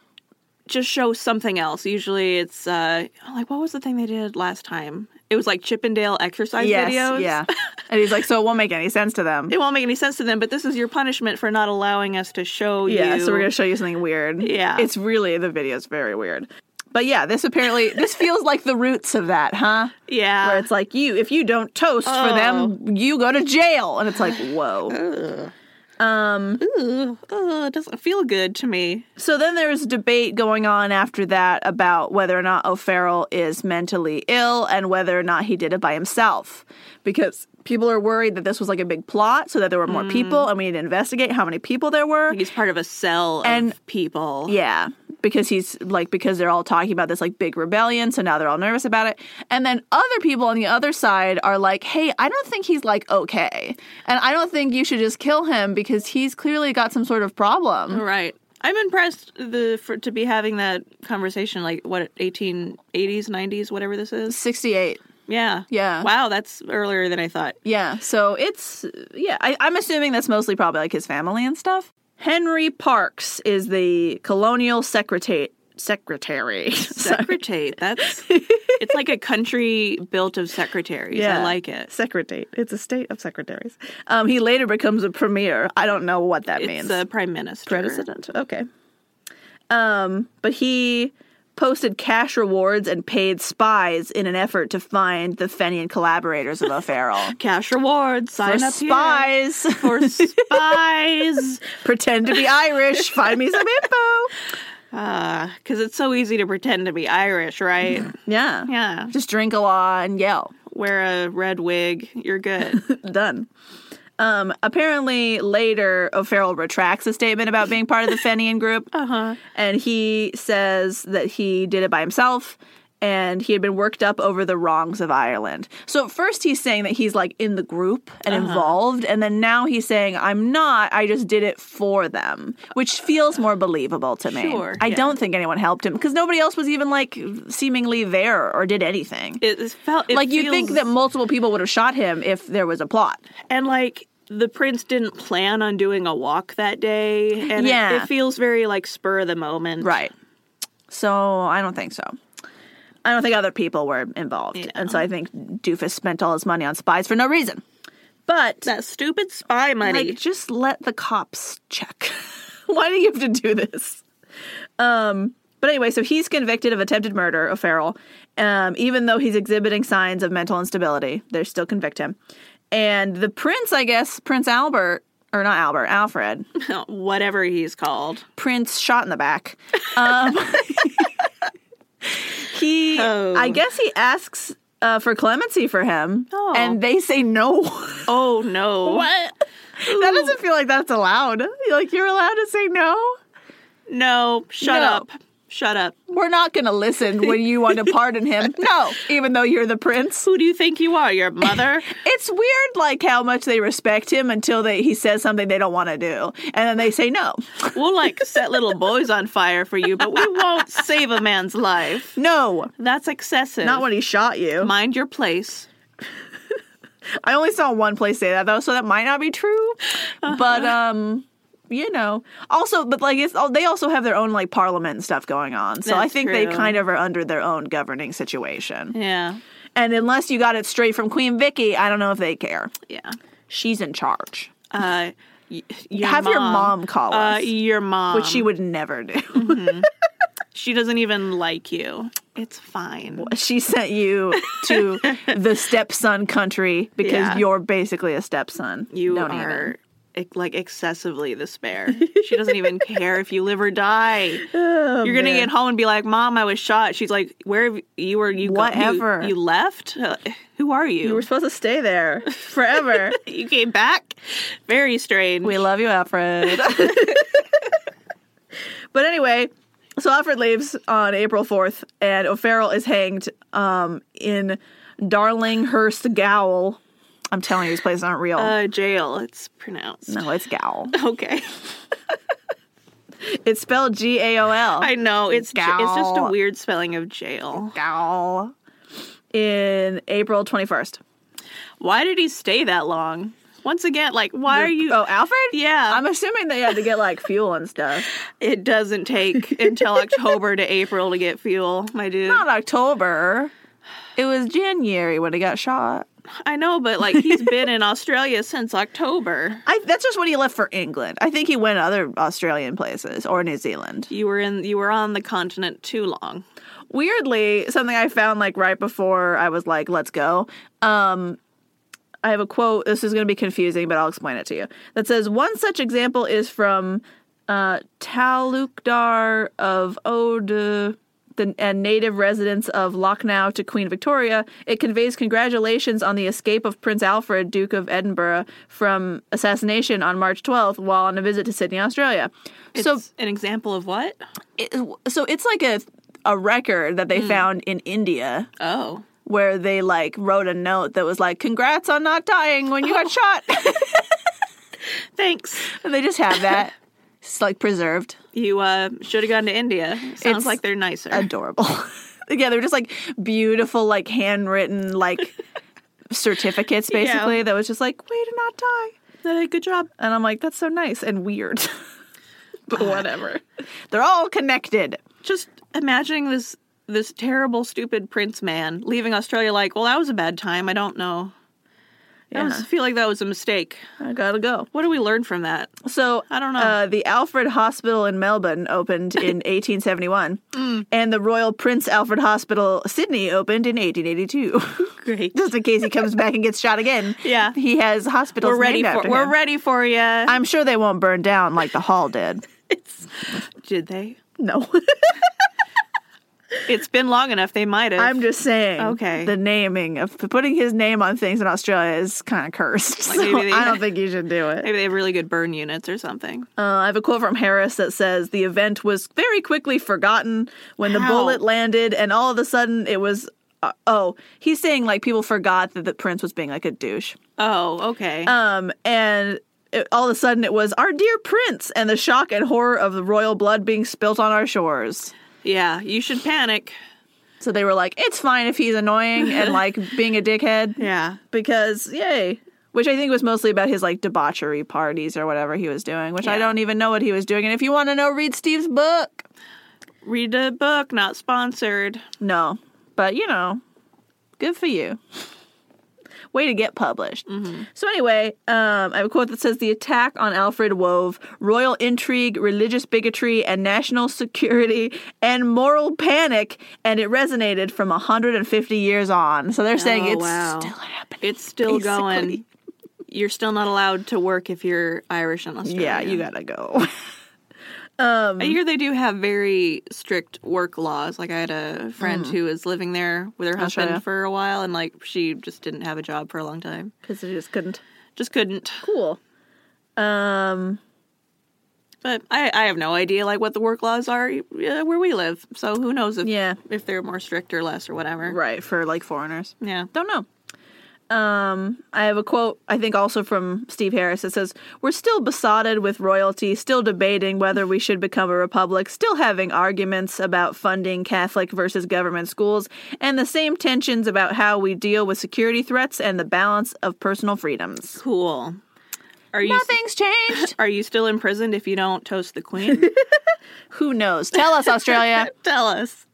[SPEAKER 2] just show something else. Usually it's uh, like what was the thing they did last time? It was like Chippendale exercise
[SPEAKER 1] yes,
[SPEAKER 2] videos.
[SPEAKER 1] yeah. And he's like, so it won't make any sense to them.
[SPEAKER 2] It won't make any sense to them, but this is your punishment for not allowing us to show
[SPEAKER 1] Yeah,
[SPEAKER 2] you.
[SPEAKER 1] so we're gonna show you something weird.
[SPEAKER 2] Yeah.
[SPEAKER 1] it's really the video's very weird. But yeah, this apparently this feels like the roots of that, huh?
[SPEAKER 2] yeah. Oh.
[SPEAKER 1] Where it's like you, if you don't toast for them, you go to jail, and it's like whoa.
[SPEAKER 2] Ooh, ooh, Uh, it doesn't feel good to me.
[SPEAKER 1] So then there's debate going on after that about whether or not O'Farrell is mentally ill and whether or not he did it by himself. Because people are worried that this was like a big plot so that there were
[SPEAKER 2] Mm.
[SPEAKER 1] more people and we need to investigate how many people there were.
[SPEAKER 2] He's part of a cell of
[SPEAKER 1] And-
[SPEAKER 2] people.
[SPEAKER 1] Yeah. Because he's like, because they're all talking about this like big rebellion, so now they're all nervous about it. And then other people on the other side are like, hey, I don't think he's like okay. And I don't think you should just kill him because he's clearly got some sort of problem.
[SPEAKER 2] Right. I'm impressed the for, to be having that conversation like what 1880s, 90s, whatever this is.
[SPEAKER 1] 68.
[SPEAKER 2] Yeah.
[SPEAKER 1] Yeah.
[SPEAKER 2] Wow, that's earlier than I thought.
[SPEAKER 1] Yeah, so it's yeah. I, I'm assuming that's mostly probably like his family and stuff. Henry Parks is the colonial secretary. Secretary.
[SPEAKER 2] Secretate. That's It's like a country built of secretaries. I like it.
[SPEAKER 1] Secretate. It's a state of secretaries. Um, he later becomes a premier. I don't know what that means.
[SPEAKER 2] It's the prime minister.
[SPEAKER 1] President. Okay. Um, but he posted cash rewards and paid spies in an effort to find the Fenian collaborators of O'Farrell.
[SPEAKER 2] Cash rewards. Sign
[SPEAKER 1] For
[SPEAKER 2] up here.
[SPEAKER 1] spies.
[SPEAKER 2] For spies.
[SPEAKER 1] Pretend to be Irish. Find me some info.
[SPEAKER 2] Because Uh, it's so easy to pretend to be Irish, right?
[SPEAKER 1] Yeah.
[SPEAKER 2] Yeah.
[SPEAKER 1] Just drink a lot and yell.
[SPEAKER 2] Wear a red wig. You're good.
[SPEAKER 1] Done. Um, apparently, later O'Farrell retracts a statement about being part of the Fenian group,
[SPEAKER 2] Uh-huh.
[SPEAKER 1] and he says that he did it by himself, and he had been worked up over the wrongs of Ireland. So at first he's saying that he's like in the group and
[SPEAKER 2] Uh-huh.
[SPEAKER 1] involved, and then now he's saying I'm not. I just did it for them, which feels more believable to me.
[SPEAKER 2] Sure,
[SPEAKER 1] I
[SPEAKER 2] yeah.
[SPEAKER 1] don't think anyone helped him because nobody else was even like seemingly there or did anything.
[SPEAKER 2] It it felt it
[SPEAKER 1] like you'd think
[SPEAKER 2] feels-
[SPEAKER 1] that multiple people would have shot him if there was a plot.
[SPEAKER 2] and like the prince didn't plan on doing a walk that day and it-
[SPEAKER 1] Yeah.
[SPEAKER 2] it, feels very like spur of the moment
[SPEAKER 1] Right. So I don't think so. I don't think other people were involved.
[SPEAKER 2] Yeah.
[SPEAKER 1] And so I think Doofus spent all his money on spies for no reason. But
[SPEAKER 2] that stupid spy money
[SPEAKER 1] like just let the cops check. Why do you have to do this? Um but anyway, so he's convicted of attempted murder, O'Farrell. Um, even though he's exhibiting signs of mental instability, they still convict him. And the prince, I guess, Prince Albert, or not Albert, Alfred,
[SPEAKER 2] whatever he's called
[SPEAKER 1] Prince shot in the back. Um, he,
[SPEAKER 2] Oh.
[SPEAKER 1] I guess he asks uh, for clemency for him,
[SPEAKER 2] Oh.
[SPEAKER 1] and they say no.
[SPEAKER 2] oh no
[SPEAKER 1] What? that doesn't feel like that's allowed. Like you're allowed to say no.
[SPEAKER 2] no shut
[SPEAKER 1] No.
[SPEAKER 2] up shut up
[SPEAKER 1] We're not going to listen when you want to pardon him. No, even though you're the prince.
[SPEAKER 2] who do you think you are your mother
[SPEAKER 1] It's weird, like how much they respect him until they, he says something they don't want to do, and then they say no.
[SPEAKER 2] we'll like set little boys on fire for you but we won't save a man's life
[SPEAKER 1] No,
[SPEAKER 2] that's excessive
[SPEAKER 1] not when he shot you.
[SPEAKER 2] mind your place
[SPEAKER 1] I only saw one place say that though, so that might not be true.
[SPEAKER 2] Uh-huh.
[SPEAKER 1] But um, you know, also, but like it's all they also have their own like parliament and stuff going on, so I
[SPEAKER 2] That's
[SPEAKER 1] think they
[SPEAKER 2] true.
[SPEAKER 1] kind of are under their own governing situation.
[SPEAKER 2] yeah
[SPEAKER 1] And unless you got it straight from Queen Vicky, I don't know if they care.
[SPEAKER 2] yeah
[SPEAKER 1] She's in charge,
[SPEAKER 2] uh y- your
[SPEAKER 1] Have your mom call
[SPEAKER 2] uh,
[SPEAKER 1] us.
[SPEAKER 2] your mom
[SPEAKER 1] which she would never do.
[SPEAKER 2] She doesn't even like you. It's fine.
[SPEAKER 1] she sent you to the stepson country because
[SPEAKER 2] Yeah.
[SPEAKER 1] you're basically a stepson.
[SPEAKER 2] You
[SPEAKER 1] don't
[SPEAKER 2] are ex- like excessively the spare. She doesn't even care if you live or die. You're gonna
[SPEAKER 1] Oh, man.
[SPEAKER 2] get home and be like, "Mom, I was shot." She's like, "Where have you, you were? You go- you-
[SPEAKER 1] Whatever.
[SPEAKER 2] You, left? Uh, who are you?
[SPEAKER 1] You
[SPEAKER 2] You,
[SPEAKER 1] were supposed to stay there forever.
[SPEAKER 2] came back? Very strange.
[SPEAKER 1] We love you, Alfred. but anyway, so Alfred leaves on April 4th, and O'Farrell is hanged um, in Darlinghurst Gowl. I'm telling you, these places aren't real.
[SPEAKER 2] uh, jail. It's pronounced
[SPEAKER 1] no, it's Gowl.
[SPEAKER 2] okay.
[SPEAKER 1] It's spelled G A O L.
[SPEAKER 2] I know it's j- it's just a
[SPEAKER 1] Gal.
[SPEAKER 2] weird spelling of jail.
[SPEAKER 1] Gowl. In April 21st.
[SPEAKER 2] Why did he stay that long? Once again, like, why are you?
[SPEAKER 1] Oh, Alfred?
[SPEAKER 2] yeah,
[SPEAKER 1] I'm assuming they had to get like fuel and stuff.
[SPEAKER 2] It doesn't take until October to April to get fuel, my dude.
[SPEAKER 1] Not October. It was January when he got shot.
[SPEAKER 2] I know, but like he's been in Australia since October.
[SPEAKER 1] I, that's just when he left for England. I think he went other Australian places or New Zealand.
[SPEAKER 2] You were in you were on the continent too long.
[SPEAKER 1] Weirdly, something I found like right before I was like, "Let's go." Um, I have a quote. This is going to be confusing, but I'll explain it to you. That says one such example is from uh, Talukdar of Ode. The, and native residents of Lucknow to Queen Victoria, it conveys congratulations on the escape of Prince Alfred, Duke of Edinburgh, from assassination on March 12th while on a visit to Sydney, Australia.
[SPEAKER 2] It's
[SPEAKER 1] so
[SPEAKER 2] an example of what?
[SPEAKER 1] it, so it's like a a record that they found in India
[SPEAKER 2] Oh.
[SPEAKER 1] where they like wrote a note that was like congrats on not dying when you got shot.
[SPEAKER 2] Thanks.
[SPEAKER 1] and Oh. they just have that. It's like preserved.
[SPEAKER 2] You uh should have gone to India. Sounds
[SPEAKER 1] It's
[SPEAKER 2] like they're nicer.
[SPEAKER 1] Adorable. yeah, they're just like beautiful like handwritten like certificates
[SPEAKER 2] Yeah.
[SPEAKER 1] basically that was just like way to not die.
[SPEAKER 2] Uh, good job.
[SPEAKER 1] And I'm like that's so nice and weird. but whatever. They're all connected.
[SPEAKER 2] Just imagining this this terrible, stupid Prince man leaving Australia. Like, well, that was a bad time. I don't know. I
[SPEAKER 1] Yeah.
[SPEAKER 2] was- feel like that was a mistake.
[SPEAKER 1] I gotta go.
[SPEAKER 2] What do we learn from that?
[SPEAKER 1] So
[SPEAKER 2] I don't know.
[SPEAKER 1] Uh, the Alfred Hospital in Melbourne opened in 1871,
[SPEAKER 2] Mm.
[SPEAKER 1] and the Royal Prince Alfred Hospital Sydney opened in 1882.
[SPEAKER 2] Great.
[SPEAKER 1] Just in case he comes back and gets shot again.
[SPEAKER 2] Yeah.
[SPEAKER 1] he has hospitals
[SPEAKER 2] We're ready
[SPEAKER 1] named
[SPEAKER 2] for.
[SPEAKER 1] after
[SPEAKER 2] We're
[SPEAKER 1] him.
[SPEAKER 2] ready for you.
[SPEAKER 1] I'm sure they won't burn down like the hall did.
[SPEAKER 2] Did they?
[SPEAKER 1] No,
[SPEAKER 2] It's been long enough. They might have.
[SPEAKER 1] I'm just saying.
[SPEAKER 2] Okay.
[SPEAKER 1] the naming of putting his name on things in Australia is kind of cursed. so
[SPEAKER 2] maybe they-
[SPEAKER 1] I don't think you should do it.
[SPEAKER 2] Maybe they have really good burn units or something.
[SPEAKER 1] Uh, I have a quote from Harris that says the event was very quickly forgotten when the
[SPEAKER 2] How?
[SPEAKER 1] bullet landed, and all of a sudden it was. Uh, oh, he's saying like people forgot that the prince was being like a douche.
[SPEAKER 2] Oh, okay.
[SPEAKER 1] Um, and it, all of a sudden it was our dear prince, and the shock and horror of the royal blood being spilt on our shores.
[SPEAKER 2] yeah, you should panic.
[SPEAKER 1] So they were like, it's fine if he's annoying and like being a dickhead
[SPEAKER 2] Yeah.
[SPEAKER 1] because yay. Which I think was mostly about his like debauchery parties or whatever he was doing, which I
[SPEAKER 2] Yeah.
[SPEAKER 1] don't even know what he was doing. And if you want to know, read Steve's book.
[SPEAKER 2] Read a book, not sponsored.
[SPEAKER 1] No, but you know, good for you. Way to get published.
[SPEAKER 2] Mm-hmm.
[SPEAKER 1] So anyway, um, I have a quote that says the attack on Alfred wove royal intrigue, religious bigotry, and national security and moral panic, and it resonated from 150 years on. So they're saying
[SPEAKER 2] Oh,
[SPEAKER 1] it's
[SPEAKER 2] wow.
[SPEAKER 1] still happening.
[SPEAKER 2] It's still
[SPEAKER 1] basically.
[SPEAKER 2] going. You're still not allowed to work if you're Irish in Australia.
[SPEAKER 1] Yeah, you gotta go.
[SPEAKER 2] I
[SPEAKER 1] Mm-hmm.
[SPEAKER 2] hear they do have very strict work laws. Like I had a friend
[SPEAKER 1] Mm.
[SPEAKER 2] who was living there with her husband
[SPEAKER 1] Australia.
[SPEAKER 2] for a while, and like she just didn't have a job for a long time.
[SPEAKER 1] Because they just couldn't.
[SPEAKER 2] Just couldn't.
[SPEAKER 1] Cool. Um,
[SPEAKER 2] But I, I have no idea like what the work laws are uh, where we live. So who knows if
[SPEAKER 1] Yeah.
[SPEAKER 2] if they're more strict or less or whatever.
[SPEAKER 1] right, for like foreigners.
[SPEAKER 2] Yeah.
[SPEAKER 1] Don't know. Um, I have a quote, I think also from Steve Harris. It says, We're still besotted with royalty, still debating whether we should become a republic, still having arguments about funding Catholic versus government schools, and the same tensions about how we deal with security threats and the balance of personal freedoms.
[SPEAKER 2] Cool. Are you
[SPEAKER 1] Nothing's changed.
[SPEAKER 2] are you still imprisoned if you don't toast the queen?
[SPEAKER 1] Who knows? Tell us, Australia.
[SPEAKER 2] Tell us.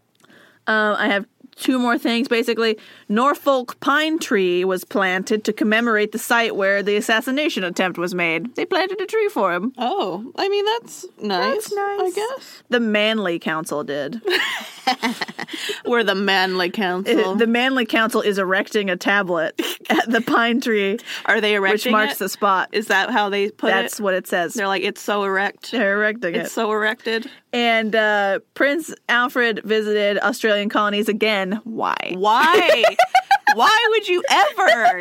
[SPEAKER 1] Um, I have two more things basically. Norfolk pine tree was planted to commemorate the site where the assassination attempt was made. They planted a tree for him.
[SPEAKER 2] Oh, I mean that's nice. I guess.
[SPEAKER 1] The Manly Council did.
[SPEAKER 2] We're the manly council.
[SPEAKER 1] the Manly Council is erecting a tablet at the pine tree,
[SPEAKER 2] are they
[SPEAKER 1] which
[SPEAKER 2] erecting
[SPEAKER 1] marks
[SPEAKER 2] it?
[SPEAKER 1] the spot.
[SPEAKER 2] Is that how they put
[SPEAKER 1] That's
[SPEAKER 2] it?
[SPEAKER 1] what it says.
[SPEAKER 2] They're like it's so erect.
[SPEAKER 1] They're erecting
[SPEAKER 2] It's
[SPEAKER 1] it.
[SPEAKER 2] so erected.
[SPEAKER 1] And uh, Prince Alfred visited Australian colonies again. Why?
[SPEAKER 2] Why? Why would you ever?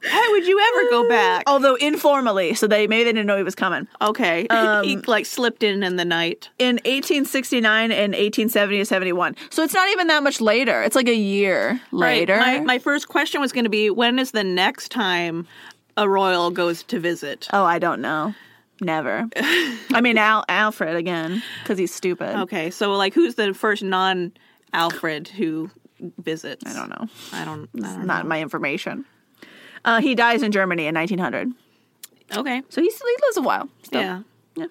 [SPEAKER 2] Why would you ever go back?
[SPEAKER 1] Although informally, so they maybe they didn't know he was coming.
[SPEAKER 2] Okay. um, he like slipped in in the night.
[SPEAKER 1] in 1869 and 1870 to 71. So it's not even that much later. It's like a year later.
[SPEAKER 2] Right. My, my first question was going to be when is the next time a royal goes to visit?
[SPEAKER 1] oh, I don't know. Never. I mean, Al- Alfred again, because he's stupid.
[SPEAKER 2] Okay. So like who's the first non Alfred who visits?
[SPEAKER 1] I don't know.
[SPEAKER 2] I don't, I don't
[SPEAKER 1] Not my information. Uh, he dies in Germany in 1900.
[SPEAKER 2] know. Okay.
[SPEAKER 1] So he's, he lives a while. still.
[SPEAKER 2] Yeah.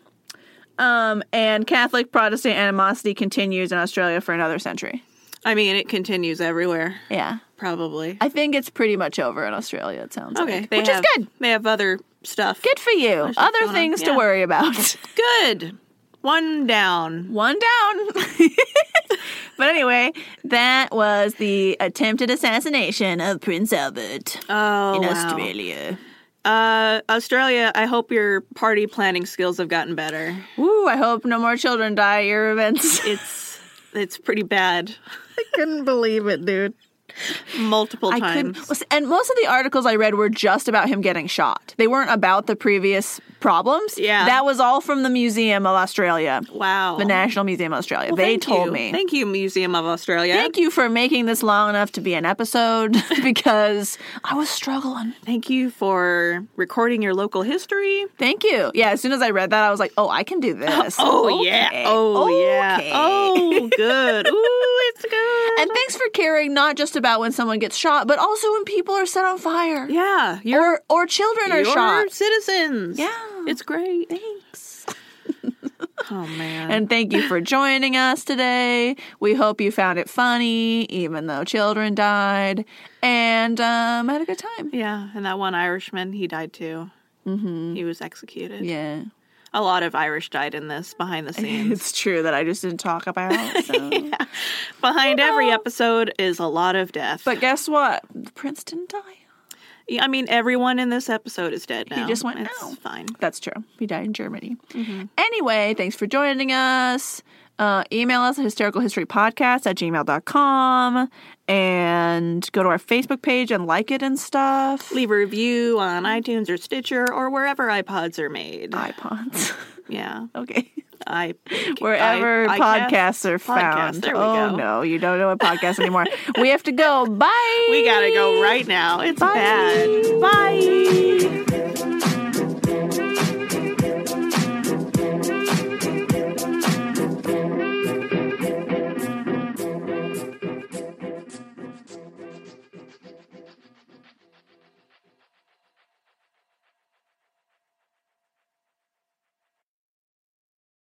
[SPEAKER 1] Um, and Catholic Protestant animosity continues in Australia for another century.
[SPEAKER 2] I mean, it continues everywhere,
[SPEAKER 1] Yeah.
[SPEAKER 2] probably.
[SPEAKER 1] I think it's pretty much over in Australia, it sounds
[SPEAKER 2] Okay.
[SPEAKER 1] like.
[SPEAKER 2] they
[SPEAKER 1] Which
[SPEAKER 2] have-
[SPEAKER 1] is good.
[SPEAKER 2] They have other stuff.
[SPEAKER 1] Good for you.
[SPEAKER 2] what's
[SPEAKER 1] Other
[SPEAKER 2] going on.
[SPEAKER 1] things to
[SPEAKER 2] Yeah.
[SPEAKER 1] worry about.
[SPEAKER 2] Good. One down.
[SPEAKER 1] One down. but anyway, that was the attempted assassination of Prince Albert
[SPEAKER 2] Oh,
[SPEAKER 1] in
[SPEAKER 2] wow.
[SPEAKER 1] Australia.
[SPEAKER 2] Uh, Australia, I hope your party planning skills have gotten better.
[SPEAKER 1] Ooh, I hope no more children die at your events.
[SPEAKER 2] It's it's pretty bad
[SPEAKER 1] I couldn't believe it, dude.
[SPEAKER 2] multiple
[SPEAKER 1] I
[SPEAKER 2] times.
[SPEAKER 1] couldn't. And most of the articles I read were just about him getting shot. They weren't about the previous problems.
[SPEAKER 2] Yeah.
[SPEAKER 1] That was all from the Museum of Australia,
[SPEAKER 2] Wow.
[SPEAKER 1] the National Museum of Australia.
[SPEAKER 2] Well,
[SPEAKER 1] they
[SPEAKER 2] thank
[SPEAKER 1] told
[SPEAKER 2] you.
[SPEAKER 1] me.
[SPEAKER 2] Thank you, Museum of Australia.
[SPEAKER 1] Thank you for making this long enough to be an episode because I was struggling.
[SPEAKER 2] Thank you for recording your local history.
[SPEAKER 1] Thank you. Yeah, as soon as I read that, I was like, oh, I can do this. Okay.
[SPEAKER 2] Oh
[SPEAKER 1] Okay.
[SPEAKER 2] yeah. Oh good. Ooh, it's good.
[SPEAKER 1] And thanks for caring not just about when someone gets shot, but also when people are set on fire
[SPEAKER 2] yeah, you're,
[SPEAKER 1] or or children are
[SPEAKER 2] you're
[SPEAKER 1] shot.
[SPEAKER 2] citizens.
[SPEAKER 1] Yeah.
[SPEAKER 2] It's great.
[SPEAKER 1] Thanks.
[SPEAKER 2] Oh man.
[SPEAKER 1] And thank you for joining us today. We hope you found it funny, even though children died, and um, had a good time.
[SPEAKER 2] yeah, and that one Irishman, he died too. Mm-hmm. He was executed.
[SPEAKER 1] Yeah.
[SPEAKER 2] A lot of Irish died in this behind the scenes.
[SPEAKER 1] It's true that I just didn't talk about. So.
[SPEAKER 2] behind every episode is a lot of death.
[SPEAKER 1] But guess what? The prince didn't die.
[SPEAKER 2] Yeah, I mean, everyone in this episode is dead now.
[SPEAKER 1] just went,
[SPEAKER 2] It's
[SPEAKER 1] "No."
[SPEAKER 2] fine.
[SPEAKER 1] That's true. He died in Germany. Anyway, thanks for joining us. Uh, email us at hystericalhistorypodcast at gmail.com and go to our Facebook page and like it and stuff.
[SPEAKER 2] Leave a review on iTunes or Stitcher or wherever iPods are made.
[SPEAKER 1] iPods.
[SPEAKER 2] yeah,
[SPEAKER 1] okay.
[SPEAKER 2] I
[SPEAKER 1] Wherever
[SPEAKER 2] I- iCast-
[SPEAKER 1] podcasts are found.
[SPEAKER 2] Podcast, there we
[SPEAKER 1] oh,
[SPEAKER 2] go.
[SPEAKER 1] no. You don't know a podcast anymore. we have to go. Bye.
[SPEAKER 2] We gotta go right now. It's
[SPEAKER 1] Bye.
[SPEAKER 2] bad.
[SPEAKER 1] Bye.